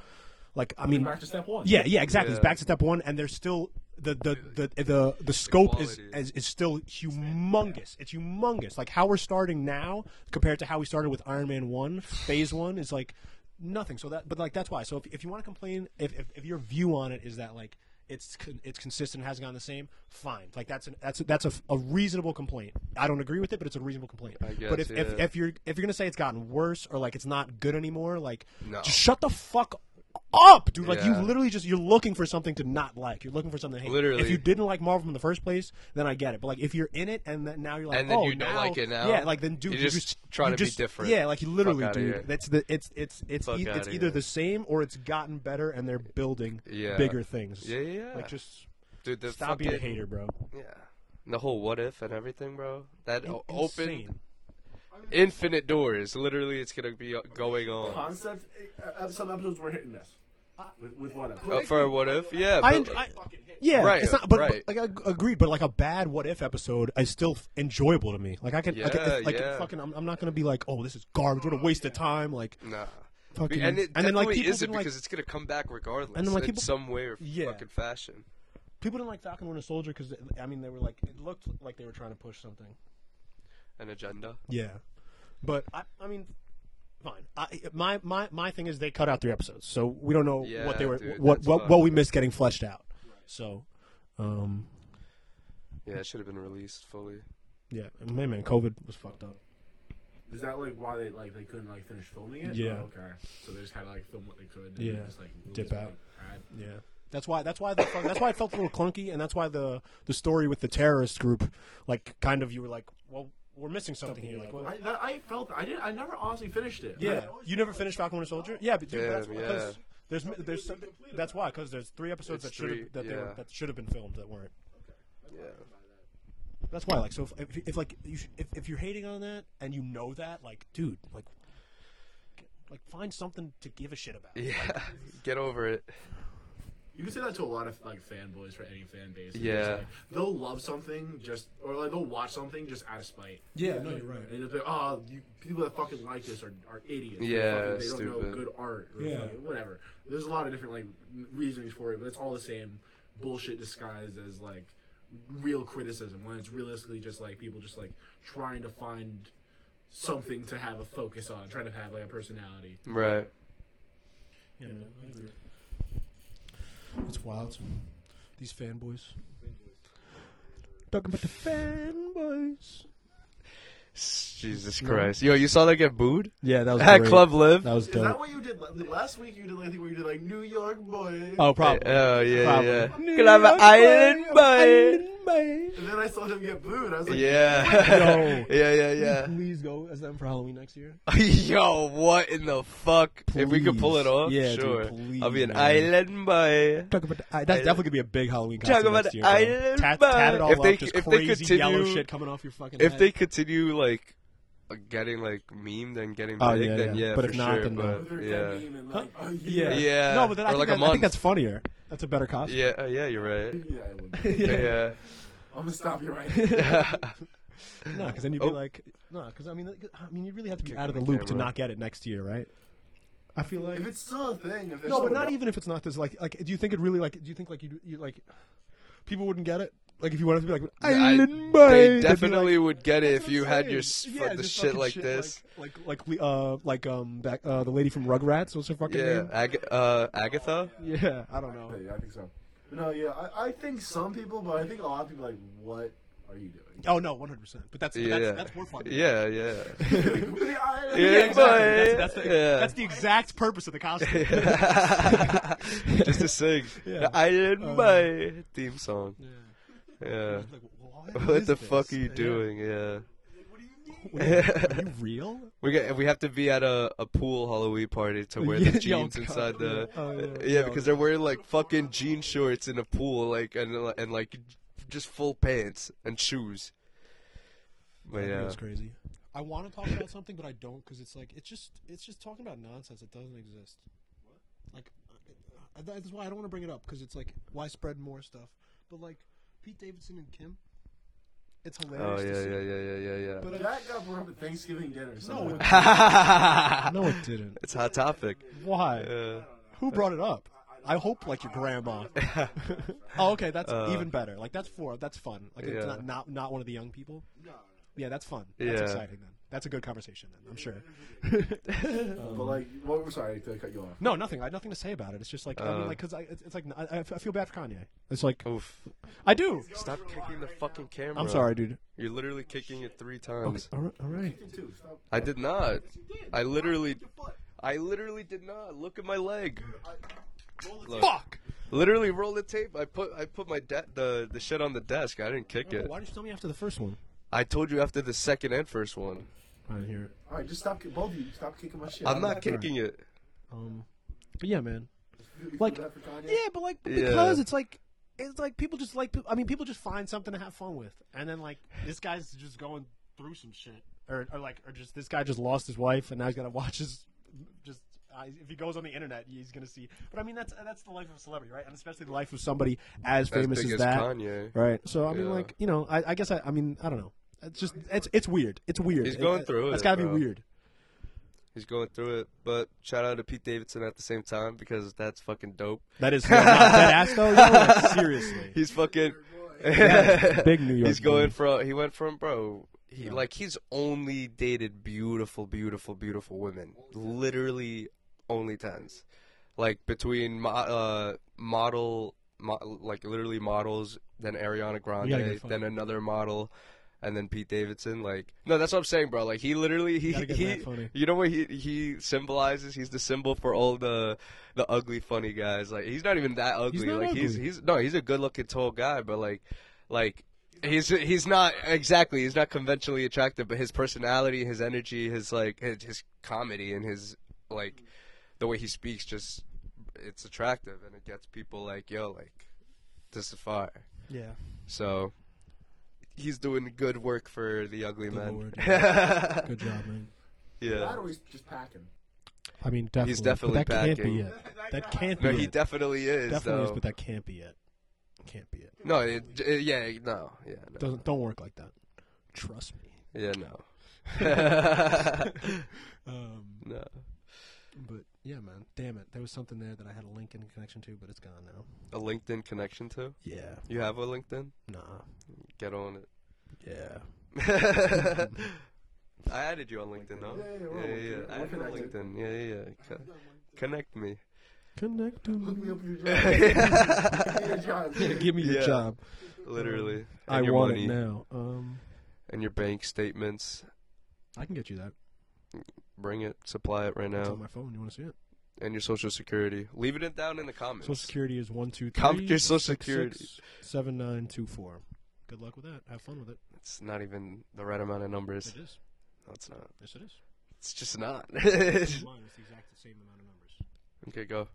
C: like I mean,
D: back to step one.
C: yeah, yeah, exactly. It's
A: Yeah.
C: back to step one, and there's still the the the the, the scope is,
A: quality.
C: is is still humongous. It's humongous. Like how we're starting now compared to how we started with Iron Man one, Phase one is like nothing. So that, but like that's why. So if, if you want to complain, if, if if your view on it is that like it's con- it's consistent, hasn't gone the same, fine. Like that's an, that's a, that's a, a reasonable complaint. I don't agree with it, but it's a reasonable complaint.
A: I guess,
C: but if, if
A: yeah.
C: if you're if you're gonna say it's gotten worse or like it's not good anymore, like
A: No.
C: just shut the fuck up, dude. Like
A: Yeah.
C: you literally just you're looking for something to not like. You're looking for something to hate.
A: Literally.
C: If you didn't like Marvel in the first place, then I get it. But like if you're in it and then now you're like,
A: And then
C: oh,
A: you don't
C: now-
A: like it now.
C: yeah, like then dude,
A: You're
C: you
A: just
C: just
A: trying
C: you
A: to be
C: just-
A: different.
C: Yeah, like you literally,
A: outta
C: dude.
A: here.
C: That's the it's it's it's
A: Fuck
C: e-
A: outta
C: it's
A: here.
C: either the same or it's gotten better and they're building
A: Yeah.
C: bigger things.
A: Yeah, yeah, yeah.
C: Like just
A: Dude, the
C: stop being a
A: fucking-
C: hater, bro.
A: Yeah. The whole what if and everything, bro. That o- open
C: Insane.
A: infinite doors. Literally, it's gonna be uh, going on.
D: Concept. Uh, some episodes were hitting this. With, with what?
A: Uh, for what if? Yeah.
C: I,
A: but-
C: I yeah,
A: Right,
C: it's not, but,
A: right.
C: but like I agree, but like a bad what if episode is still f- enjoyable to me. Like I can, like,
A: Yeah,
C: it's, like
A: yeah.
C: fucking, I'm, I'm not gonna be like, oh, this is garbage, what a waste of time. Like
A: Nah.
C: fucking,
A: Mm. and it
C: then like
A: definitely
C: people
A: isn't
C: didn't like
A: because it's gonna come back regardless,
C: And then, like,
A: in
C: people-
A: some way or
C: Yeah.
A: fucking fashion.
C: people didn't like Falcon Winter Soldier because I mean they were like it looked like they were trying to push something.
A: An agenda.
C: Yeah, but I, I mean, fine. I, my my my thing is they cut out three episodes, so we don't know
A: Yeah,
C: what they were
A: dude,
C: what
A: that's
C: what,
A: fucked.
C: what we missed getting fleshed out. So, um,
A: Yeah, it should have been released fully.
C: yeah, man, man, COVID was fucked up.
D: Is that like why they like they couldn't like finish filming it?
C: Yeah.
D: Oh, okay.
B: So they just had to like film what they could. And
C: Yeah.
B: Just, like, move
C: Dip
B: it,
C: out.
B: like, add-
C: Yeah. That's why. That's why. The, that's why it felt a little clunky, and that's why the the story with the terrorist group, like, kind of, you were like, well, we're missing something here. Like, what?
D: I, that, I felt I didn't I never honestly finished it.
C: yeah, you never finished Falcon Winter Soldier. Yeah, but dude,
A: Yeah,
C: that's because
A: yeah.
C: there's there's some, that's why because there's three episodes
A: It's
C: that should
A: three,
C: have that they
A: yeah.
C: were, that should have been filmed that weren't.
A: Yeah.
C: That's why, like, so if, if, if like you should, if, if you're hating on that and you know that, like, dude, like, get- like find something to give a shit about.
A: Yeah. Get over it.
D: You can say that to a lot of like fanboys for any fan base. It's just,
A: Yeah.
D: like, they'll love something just or like they'll watch something just out of spite.
C: Yeah, no, you're right.
D: And they'll be like, oh, you, people that fucking like this are, are idiots. They
A: Yeah,
D: fucking- they, don't know
A: stupid.
D: good art. Or
C: Yeah.
D: fucking whatever. There's a lot of different like m- reasonings for it, but it's all the same bullshit disguised as like real criticism when it's realistically just like people just like trying to find something to have a focus on, trying to have like a personality.
A: Right.
C: Yeah, uh, It's wild. These fanboys. Talking about the fanboys.
A: Jesus Christ. Yo, you saw that get booed?
C: Yeah, that was
A: At
C: great.
A: Club Live?
C: That was
D: Is that
C: dope.
D: what you did la- last week? You did like where you did like New York boy.
C: Oh, probably.
A: Oh, yeah,
C: Probably.
A: yeah. Can I have an island boy?
D: And then I saw them get booed. I was like,
A: Yeah.
C: Yo.
A: yeah, yeah, yeah.
C: Please go as them for Halloween next year.
A: Yo, what in the fuck? If we could pull it
C: Please.
A: off,
C: Yeah, dude,
A: sure. I'll be an
C: please, man.
A: island boy.
C: Talk about the, I, that's
A: I-
C: definitely gonna be a big Halloween
A: Talk
C: costume
A: about
C: next year.
A: Iron
C: bro. Tat, tat
A: Man.
C: it all
A: If
C: up,
A: they-
C: just
A: if they
C: crazy yellow
A: continue-
C: shit coming off your fucking.
A: If
C: head.
A: they continue like getting like memed and getting big,
C: Oh, yeah,
A: then
C: yeah.
A: yeah,
C: But
A: for
C: if not,
A: sure.
C: then no.
A: but,
D: They're
A: yeah,
D: dead meme and like, oh,
C: yeah,
A: Yeah.
C: no, but then
A: Or
C: I, think
A: like a
C: that, I
A: month.
C: think that's funnier. That's a better costume.
A: yeah, uh, yeah. You're right.
D: yeah, I would.
A: Yeah.
D: I'm gonna stop you right now.
C: No, because then you'd be
A: Oh.
C: like, no, because I mean, like, I mean, you really have to be
A: Kick
C: out of the
A: the
C: loop to
A: camera.
C: not get it next year, right? I feel like
D: If it's still a thing, if there's
C: no, but
D: still-
C: not even if it's not this. Like, like, do you think it really like? Do you think like you you like people wouldn't get it? Like, if you wanted to be like
A: I-
C: Island Boy,
A: they
C: they'd be like-
A: definitely would get it
C: That's
A: if
C: what
A: you
C: I'm
A: had your s-
C: saying.
A: the
C: just
A: shit
C: fucking
A: like this.
C: like like like uh like um that uh the lady from Rugrats. What's her fucking
A: yeah,
C: name?
A: Ag- uh, Agatha.
C: Yeah, I don't know.
D: Yeah, I think so. No, yeah, I, I think some people, but I think a lot of people are like, what are you doing?
C: Oh no, one hundred percent. But that's
A: Yeah,
C: that's, that's more fun.
A: yeah, yeah.
D: I-
A: Yeah,
C: Yeah,
A: boy.
C: exactly. That's, that's, the,
A: Yeah.
C: that's the exact purpose of the costume.
A: Just to sing
C: Yeah.
A: the Island
C: Um,
A: Boy theme song.
C: Yeah.
A: Yeah.
C: Like, what
A: What
C: is
A: the
C: this?
A: fuck are you
C: Yeah.
A: doing? Yeah.
C: Wait, are you real?
A: We get, we have to be at a, a pool Halloween party to wear the
C: Yeah, yo,
A: jeans
C: God.
A: inside the
C: Oh, yeah,
A: yeah,
C: yo.
A: because they're wearing like fucking jean shorts in a pool like and and like just full pants and shoes. But yeah,
C: That's crazy. I want to talk about something, but I don't because it's like it's just it's just talking about nonsense that doesn't exist. Like I- I- that's why I don't want to bring it up because it's like why spread more stuff? But like Pete Davidson and Kim, it's
A: oh
C: hilarious.
A: yeah
C: to see.
A: yeah yeah yeah yeah yeah.
C: But I-
D: That got brought up at Thanksgiving dinner. So
C: no, it, no, it didn't.
A: It's hot topic.
C: Why?
A: Uh,
C: Who brought it up? I hope like your grandma. oh, okay, that's
A: Uh,
C: even better. Like that's four. That's fun. Like
A: yeah.
C: it's not, not not one of the young people. Yeah, that's fun. That's
A: Yeah.
C: exciting then. That's a good conversation then. I'm sure.
D: but like, well, we're sorry to cut you off.
C: No, nothing. I had nothing to say about it. It's just like I mean,
A: Uh.
C: like because I it's, it's like I, I f- I feel bad for Kanye. It's like
A: Oof.
C: I do.
A: Stop kicking the fucking camera.
C: I'm sorry, dude.
A: You're literally kicking it three times.
C: All right, all right.
D: Dude, stop.
A: I did not.
D: You did.
A: I literally,
D: Your butt.
A: I literally did not. Look at my leg. Look.
C: Fuck.
A: Literally roll the tape. I put, I put my de- the the shit on the desk. I didn't kick it.
C: Why did you tell me after the first one?
A: I told you after the second and first one.
C: I didn't hear it.
D: All right, just stop. ki- Both of you, stop kicking my shit.
A: I'm not kicking it.
C: Um, but yeah, man.
D: Like,
C: Like-
D: for Kanye?
C: Yeah, but like because it's like it's like people just like I mean people just find something to have fun with, and then like this guy's just going through some shit, or, or like or just this guy just lost his wife, and now he's got to watch his just. Uh, if he goes on the internet, he's gonna see. But I mean, that's that's the life of a celebrity, right? And especially the life of somebody as
A: As
C: famous
A: big
C: as
A: as
C: that,
A: Kanye.
C: right? So I mean,
A: Yeah.
C: like you know, I, I guess I, I mean I don't know. It's just it's it's weird. It's weird.
A: He's going
C: It-
A: through
C: That's
A: it,
C: gotta
A: bro.
C: be weird.
A: He's going through it. But shout out to Pete Davidson at the same time because that's fucking dope.
C: That is no, not dead ass though. yo, like, seriously.
A: He's fucking
C: big New York
A: He's going
C: boy.
A: from. He went from bro. He
C: Yeah.
A: like he's only dated beautiful, beautiful, beautiful women. Literally only tens. Like between mo- uh, model, mo- like literally models, then Ariana
C: gotta
A: Grande,
C: get fucked.
A: then another model, and then Pete Davidson. Like no, that's what I'm saying, bro. Like he literally he
C: gotta get
A: he.
C: mad funny.
A: You know what he he symbolizes? He's the symbol for all the the ugly, funny guys. Like he's not even that ugly.
C: not
A: like he's
C: ugly.
A: he's no, he's a good looking tall guy, but like like he's he's not exactly he's not conventionally attractive, but his personality, his energy, his like his, his comedy and his like the way he speaks just it's attractive and it gets people like yo like this is fire.
C: Yeah.
A: So he's doing good work for the ugly men.
C: lord.
A: yeah.
C: Good job, man.
D: That always just packing.
C: I mean, definitely.
A: He's
C: but that
A: definitely
C: can't be
A: backing.
C: it. That can't be
A: No, he
C: it.
A: definitely is though.
C: definitely is, but that can't be it. Can't be it.
A: No, it, it- yeah, no, yeah, no,
C: Doesn't don't work like that. Trust me.
A: yeah, no.
C: Um,
A: no.
C: but yeah, man. Damn it. There was something there that I had a link in connection to, but it's gone now.
A: A LinkedIn connection too?
C: Yeah.
A: You have a LinkedIn?
C: Nah.
A: Get on it.
C: Yeah.
A: I added you on LinkedIn, though.
D: Yeah, yeah,
A: yeah,
D: we're on
A: yeah.
D: LinkedIn.
A: I
D: We're
A: added you on
D: connected.
A: LinkedIn. Yeah, yeah, yeah. Co- connect me.
C: Connect
D: Hook me
C: to
D: up with your job. Give me a job.
C: Give me your
A: Yeah.
C: job.
A: Literally. And
C: I
A: your
C: want
A: money
C: it now. Um,
A: and your bank statements.
C: I can get you that.
A: Bring it. Supply it right
C: It's on
A: now.
C: my phone. You want to see it?
A: And your social security. Leave it in- down in the comments.
C: Social Security is one two three.
A: Com- your Social
C: six,
A: Security.
C: six, seven nine two four. Good luck with that. Have fun with it.
A: It's not even the right amount of numbers.
C: It is.
A: No, it's not.
C: Yes, it is.
A: It's just not.
C: Mine is the exact same amount of numbers.
A: Okay, go.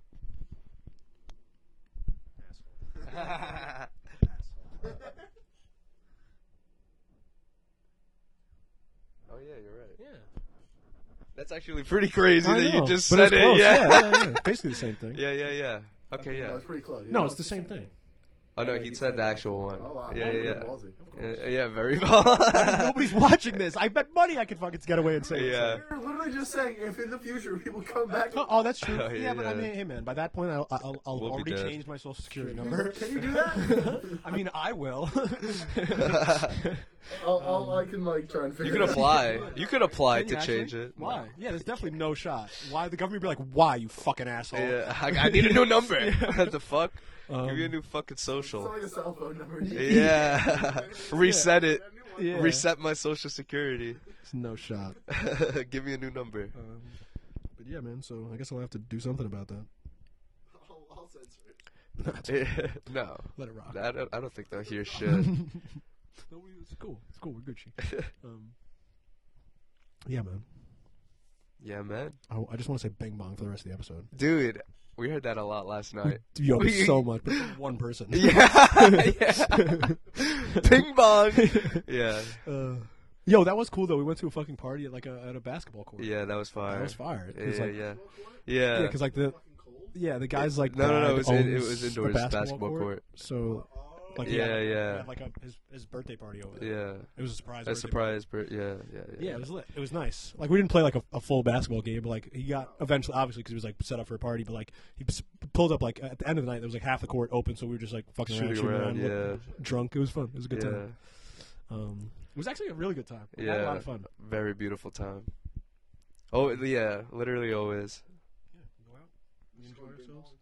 A: oh yeah, you're right.
C: Yeah.
A: That's actually pretty crazy that you just
C: but it's
A: said it.
C: close,
A: Yeah.
C: yeah, yeah, yeah. Basically the same thing.
A: yeah, yeah, yeah. Okay,
D: Yeah,
A: yeah.
D: it's pretty close.
C: No, it's the same thing.
A: Oh no, he said the actual one.
D: Oh, wow.
A: Yeah, yeah, yeah.
D: Ballsy.
A: Yeah, Uh, yeah, very well.
C: Nobody's watching this. I bet money I could fucking get away and say
A: yeah.
C: it.
D: You're literally just saying if in the future people come back.
C: Oh, oh, that's true.
A: Oh,
C: yeah,
A: yeah,
C: but I
A: yeah.
C: mean, hey, man, by that point, I'll, I'll, I'll
A: We'll be
C: already
A: dead.
C: change my social security number.
D: Can you do that?
C: I mean, I will.
D: I'll, I'll, I can like try and
A: You
D: figure.
A: could
D: it out.
A: apply. You could apply
C: Can you
A: to
C: actually?
A: change it.
C: Why? Yeah, there's definitely no shot. Why? The government would be like, why, you fucking asshole?
A: Yeah, I, I need a new number. What the fuck? Give me a new fucking
D: It's
A: social.
D: like a cell phone number.
A: Yeah. Reset it.
C: Yeah.
A: Reset my social security.
C: It's no shot.
A: Give me a new number.
C: But yeah, man, so I guess I'll have to do something about that.
D: I'll, I'll censor it.
A: no.
C: Let it rock.
A: I don't, I don't think they'll hear shit.
C: No, we- it's cool. It's cool. We're Gucci. um, yeah, man.
A: yeah, man.
C: I, I just want to say bang bong for the rest of the episode.
A: Dude, we heard that a lot last night.
C: Yo,
A: We-
C: so much, but one person.
A: yeah. yeah. Ping pong. Yeah.
C: Uh, yo, that was cool though. We went to a fucking party at like a, at a basketball court.
A: Yeah, that was fire.
C: That was fire.
A: Yeah,
C: 'Cause, like,
A: yeah.
C: yeah,
A: Yeah.
C: 'cause, like the yeah the guys like
A: No, no, no,
C: dad
A: it was in- it
C: owns
A: was
C: the
A: indoors, basketball court.
C: So like
A: Yeah,
C: he had,
A: yeah.
C: he had, like a, his his birthday party over. There.
A: Yeah.
C: It was a surprise.
A: A
C: birthday
A: surprise, but yeah, yeah, yeah.
C: Yeah, it was lit. It was nice. Like we didn't play like a, a full basketball game, but like he got eventually, obviously, because he was like set up for a party. But like he s- pulled up like at the end of the night, there was like half the court open, so we were just like fucking around,
A: Shooting
C: shooting
A: around,
C: around, look- drunk. It was fun. It was a good
A: yeah.
C: time. Um, was actually a really good time. We had a
A: Yeah.
C: lot of fun.
A: Very beautiful time. Oh yeah, literally always.
C: Yeah, go out. We
D: Just
C: enjoy
D: go bing
C: ourselves.
D: bong.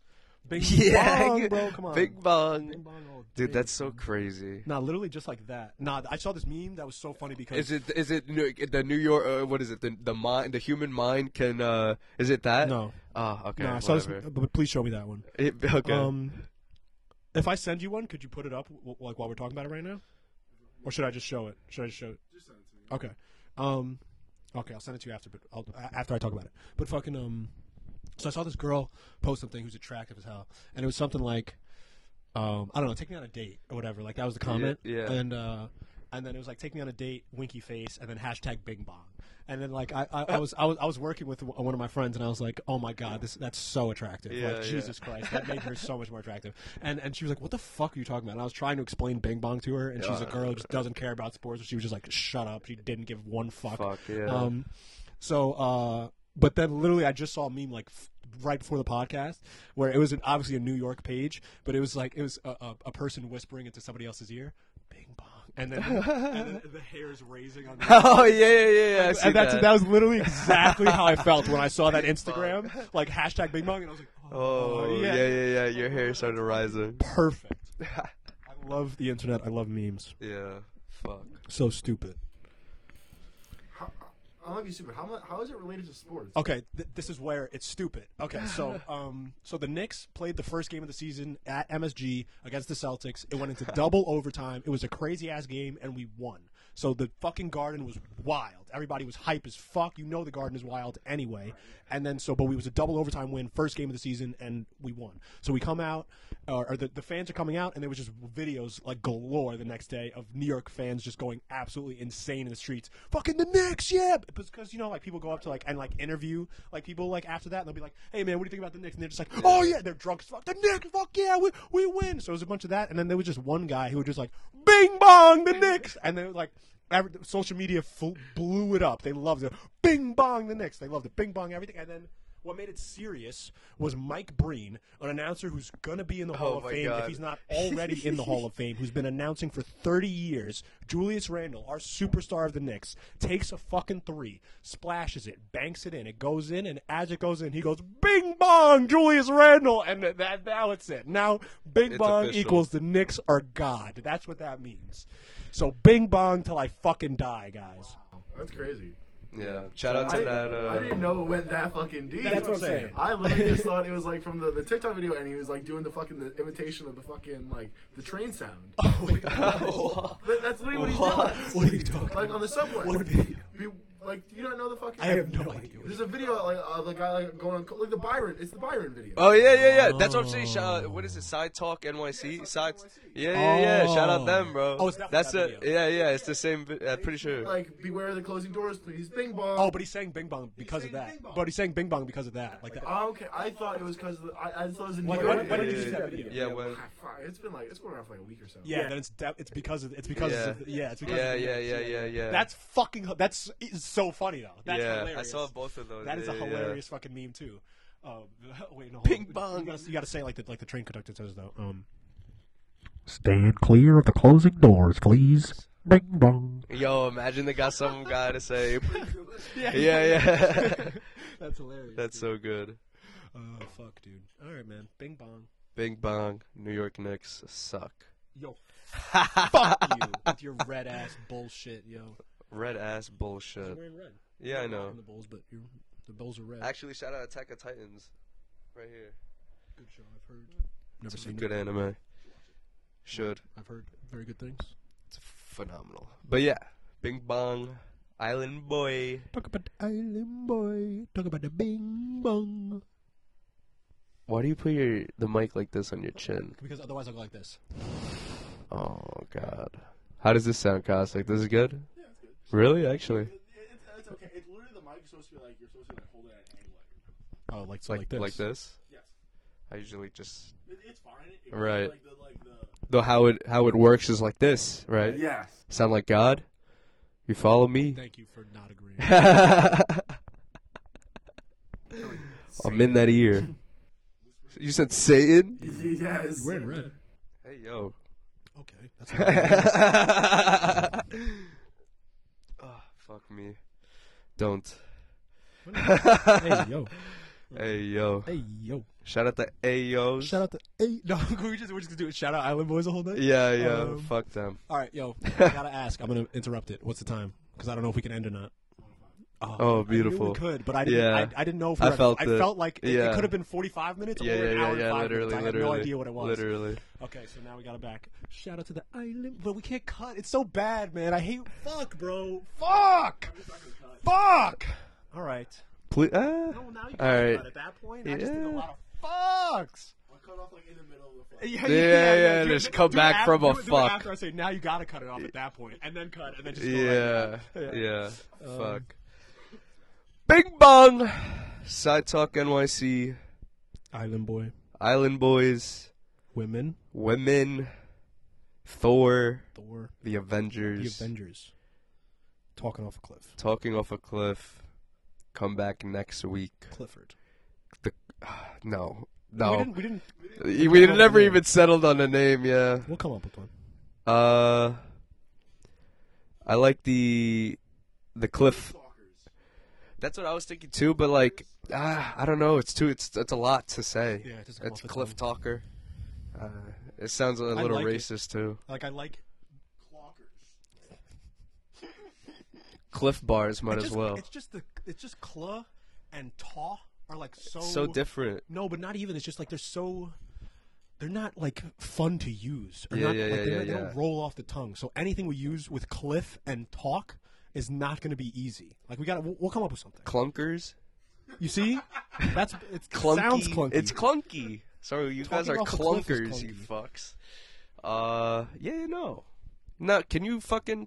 C: Bing
A: Yeah,
C: bong,
A: yeah.
C: bro. Come on.
A: Big bong.
C: Bing bong all
A: Dude,
C: day.
A: that's so crazy.
C: Nah, literally just like that. Nah, I saw this meme that was so funny because
A: Is it is it New- the New York? Uh, what is it? The the mind, the human mind can. uh Is it that?
C: no,
A: Oh, okay.
C: no, I saw this.
A: whatever.
C: But please show me that one.
A: It- okay.
C: Um, if I send you one, could you put it up w- like while we're talking about it right now, or should I just show it? Should I just show it?
D: Just send it to me.
C: Okay. Um, okay, I'll send it to you after, but I'll, a- after I talk about it. But fucking um, so I saw this girl post something who's attractive as hell, and it was something like, um, I don't know, take me on a date or whatever. Like that was the comment.
A: yeah.
C: And uh, and then it was like, take me on a date, winky face, and then hashtag Bing Bong. And then like I, I, I was I was I was working with one of my friends, and I was like, oh my god, this that's so attractive.
A: Yeah,
C: like
A: yeah.
C: Jesus Christ, that made her so much more attractive. And and she was like, what the fuck are you talking about? And I was trying to explain Bing Bong to her, and she's a
A: Yeah.
C: girl who just doesn't care about sports. She was just like, shut up. She didn't give one fuck.
A: Fuck yeah.
C: Um, so, uh, but then literally, I just saw a meme like f- right before the podcast where it was an, obviously a New York page, but it was like it was a, a, a person whispering into somebody else's ear, "Bing bong," and then, and then the hairs raising on. The-
A: oh yeah, yeah, yeah. yeah I see
C: and that's,
A: that.
C: that. was literally exactly how I felt when I saw that Instagram, like hashtag Bing Bong, and I was like,
A: Oh yeah, yeah, yeah. Your hair started rising.
C: perfect. I love the internet. I love memes.
A: Yeah. Fuck.
C: So stupid.
D: How, I love you, super. How, mu- how is it related to sports?
C: Okay, th- this is where it's stupid. Okay, so um, so the Knicks played the first game of the season at MSG against the Celtics. It went into double overtime. It was a crazy ass game, and we won. So the fucking Garden was wild. Everybody was hype as fuck. You know the Garden is wild anyway. And then so, but we was a double overtime win, first game of the season, and we won. So we come out, or, or the, the fans are coming out, and there was just videos like galore the next day of New York fans just going absolutely insane in the streets. Fucking the Knicks, yeah, because you know like people go up to like and like interview like people like after that, and they'll be like, hey man, what do you think about the Knicks? And they're just like, oh yeah, they're drunk as fuck. The Knicks, fuck yeah, we we win. So it was a bunch of that, and then there was just one guy who was just like, bing bong, the Knicks, and they were like. Every, social media fl- blew it up. They loved it. Bing bong the Knicks. They loved it. Bing bong everything. And then what made it serious was Mike Breen, an announcer who's going to be in the Hall
A: Oh
C: of
A: my
C: Fame if
A: God.
C: he's not already in the Hall of Fame, who's been announcing for 30 years. Julius Randle, our superstar of the Knicks, takes a fucking three, splashes it, banks it in. It goes in, and as it goes in, he goes, Bing Bong, Julius Randle. And th- that now it's it. Now Bing
A: It's
C: Bong
A: official.
C: equals the Knicks are God. That's what that means. So Bing Bong till I fucking die, guys.
D: That's crazy.
A: Yeah. Shout out
D: I,
A: to
D: didn't-
A: that. Uh,
D: I didn't know it went that fucking deep.
C: That's what I'm saying.
D: I literally just thought it was like from the, the TikTok video, and he was like doing the fucking the imitation of the fucking like the train sound. That- that's literally what he did.
C: What are you talking
D: Like on the subway.
C: What video?
D: We- Like, do you not know the fucking?
C: I have no idea.
D: There's a video like of the guy like going on like the Byron. It's the Byron video.
C: Uh,
A: Oh yeah, yeah, yeah. That's what I'm saying. Shout
C: Oh.
A: out, what is it? Side Talk NYC.
D: Yeah,
A: Side.
D: Side Talk NYC.
A: Yeah, yeah, yeah. Shout
C: Oh.
A: out them, bro.
C: Oh, it's not
A: That's
C: that
A: a
C: video.
A: yeah, yeah. It's the same. vi- I'm pretty sure.
D: Like, beware the closing doors, please. Bing bong.
C: Oh, but he's saying Bing Bong because of
D: saying
C: that.
D: Bing Bong.
C: But he's saying Bing Bong because of that. Like that.
D: Oh, okay. I thought it was because I, I thought it was a New
C: Like,
D: York
C: when- when did you
D: video.
C: see that video?
A: Yeah, when.
D: Ah, fuck, It's been like it's going around for like a week or so.
C: Yeah, then it's de- it's because of it's because
A: Yeah.
C: of the- yeah, it's because
A: Yeah,
C: of the-
A: yeah, yeah, yeah, yeah.
C: That's fucking that's it's so funny though. That's
A: yeah.
C: hilarious.
A: I saw both of those.
C: That is a
A: Yeah, yeah.
C: hilarious fucking meme too. Um, wait, no, hold
A: Ping
C: on.
A: pong.
C: You gotta, you gotta say like the like the train conductor says though. Um,
F: Stand clear of the closing doors, please. Bing bong.
A: Yo, imagine they got some guy to say. yeah, yeah.
C: that's hilarious.
A: That's so good.
C: oh fuck, dude. All right, man. Bing bong.
A: Bing bong. New York Knicks suck.
C: Yo, fuck you with your red ass bullshit, yo.
A: Red ass bullshit.
C: wearing red.
A: Yeah, I know.
C: The Bulls, but you're, the Bulls are red.
A: Actually, shout out Attack of Titans. Right here.
C: good show. I've heard.
A: It's
C: Never
A: a
C: seen
A: good
C: it.
A: anime. Should.
C: I've heard very good things.
A: It's phenomenal. But yeah, Bing Bong, Island Boy.
F: Talk about the island boy. Talk about the bing bong.
A: Why do you put your the mic like this on your chin?
C: Because otherwise, I'll go like this.
A: Oh God. How does this sound, Cosmic? This is good. Really, actually,
D: It's, it's okay. It's literally the mic is supposed to be like you're supposed to like hold it at an angle.
C: Oh, like so
A: like
C: like this.
D: Yes.
A: I usually just
D: It, it's fine. It,
A: Right.
D: Like the, like the,
A: though how it how it works is like this, right?
D: Yes.
A: Sound like God? You follow me?
C: Thank you for not agreeing.
A: I'm in that ear. You said Satan?
D: Yes.
C: We're in red.
A: Hey yo.
C: Okay. That's
A: Ah, Fuck me. Don't.
C: hey yo,
A: Hey yo.
C: hey yo!
A: Shout out to Ayos.
C: Shout out to hey. No, we just we're just gonna do it. Shout out Island Boys the whole night.
A: Yeah, yeah.
C: Um,
A: fuck them.
C: All right, yo, I gotta ask. I'm gonna interrupt it. What's the time? Because I don't know if we can end or not.
A: Oh,
C: I knew
A: beautiful.
C: we could, but I didn't.
A: Yeah.
C: I, I didn't know if we
A: I
C: were-
A: felt
C: I
A: it.
C: felt like it,
A: Yeah.
C: could have been 45 minutes
A: Yeah,
C: or
A: yeah,
C: an hour
A: yeah,
C: and
A: yeah.
C: five
A: Literally,
C: minutes. I had
A: literally.
C: no idea what it was.
A: Literally.
C: Okay, so now we got it back. Shout out to the island, but we can't cut. It's so bad, man. I hate. Fuck, bro. Fuck. Fuck. All right.
A: Ple- ah.
C: Well, now you
A: All
C: can
A: right.
C: cut it. At that point, I just did a
A: Yeah.
C: lot of fucks.
D: cut off like in the middle of the
C: Yeah,
A: yeah,
C: do
A: just
C: it-
A: come
C: do it
A: back
C: after-
A: from a
C: do it- do it
A: fuck.
C: after I say now, you gotta cut it off at that point, and then cut, and then just go
A: Yeah,
C: Yeah. Um,
A: yeah. Fuck. Big Bang, Side Talk NYC,
C: Island boy,
A: Island Boys,
C: women,
A: Women, Thor,
C: Thor,
A: The
C: the
A: Avengers,
C: Avengers, talking off a cliff.
A: Talking Off a Cliff, come back next week.
C: Clifford.
A: No,
C: We
A: no.
C: didn't. We didn't.
A: We,
C: come up
A: never
C: with a
A: even settled on a name, yeah.
C: We'll come up with one.
A: Uh, I like the the cliff. That's what I was thinking too, but like, ah, I don't know. It's too. It's it's a lot to say.
C: Yeah, it doesn't come
A: it's
C: off as
A: cliff
C: long.
A: talker. Uh, it sounds a little
C: like it.
A: racist too.
C: Like I like.
A: Cliff bars might
C: it's
A: as
C: just,
A: well.
C: It's just the. It's just cla and ta are like so
A: so different.
C: No, but not even. It's just like they're so. They're not like fun to use. Or
A: Yeah,
C: not,
A: yeah,
C: like,
A: yeah,
C: they,
A: yeah,
C: they don't
A: yeah.
C: roll off the tongue. So anything we use with cliff and talk is not going to be easy. Like we got, to we'll, we'll come up with something.
A: Clunkers.
C: You see, that's it's
A: Clunky.
C: sounds clunky.
A: It's clunky. Sorry, you guys
C: Talking
A: are
C: off a cliff is
A: clunkers, you fucks. Uh, yeah, no. No, can you fucking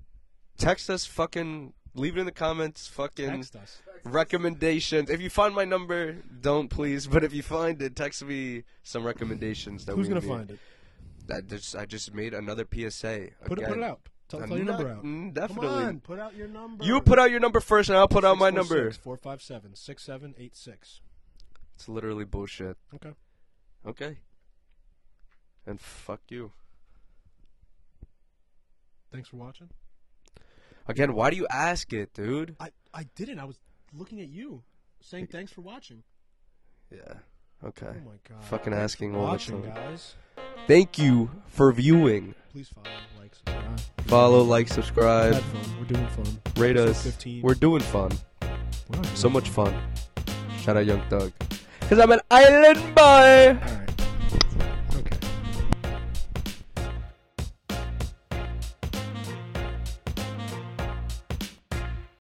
A: text us? Fucking leave it in the comments. Fucking
C: Text us.
A: recommendations. If you find my number, don't please. But if you find it, text me some recommendations that
C: Who's
A: we
C: gonna
A: made.
C: find it?
A: I just, I just made another PSA.
C: Put it, put it
A: again.
C: out. Tell,
A: I'm
C: tell your
A: not-
C: number out.
A: mm,
C: Come
A: definitely.
C: on, put out your number.
A: You put out your number first, and I'll put out my number.
C: Four five seven six seven eight six.
A: It's literally bullshit.
C: Okay.
A: Okay. And fuck you.
C: Thanks for watching.
A: Again, why do you ask it, dude?
C: I I didn't. I was looking at you, saying thanks for watching.
A: Yeah. Okay.
C: Oh my god.
A: Fucking asking all the
C: watching
A: time.
C: guys.
A: Thank you for viewing.
C: Please follow, like, subscribe.
A: Follow, like,
C: We
A: subscribe,
C: had fun. We're doing fun.
A: rate
C: Episode
A: us.
C: 15.
A: We're doing fun.
C: We're not doing
A: So much fun. Shout out Young Thug. Cause I'm an island boy.
C: fun.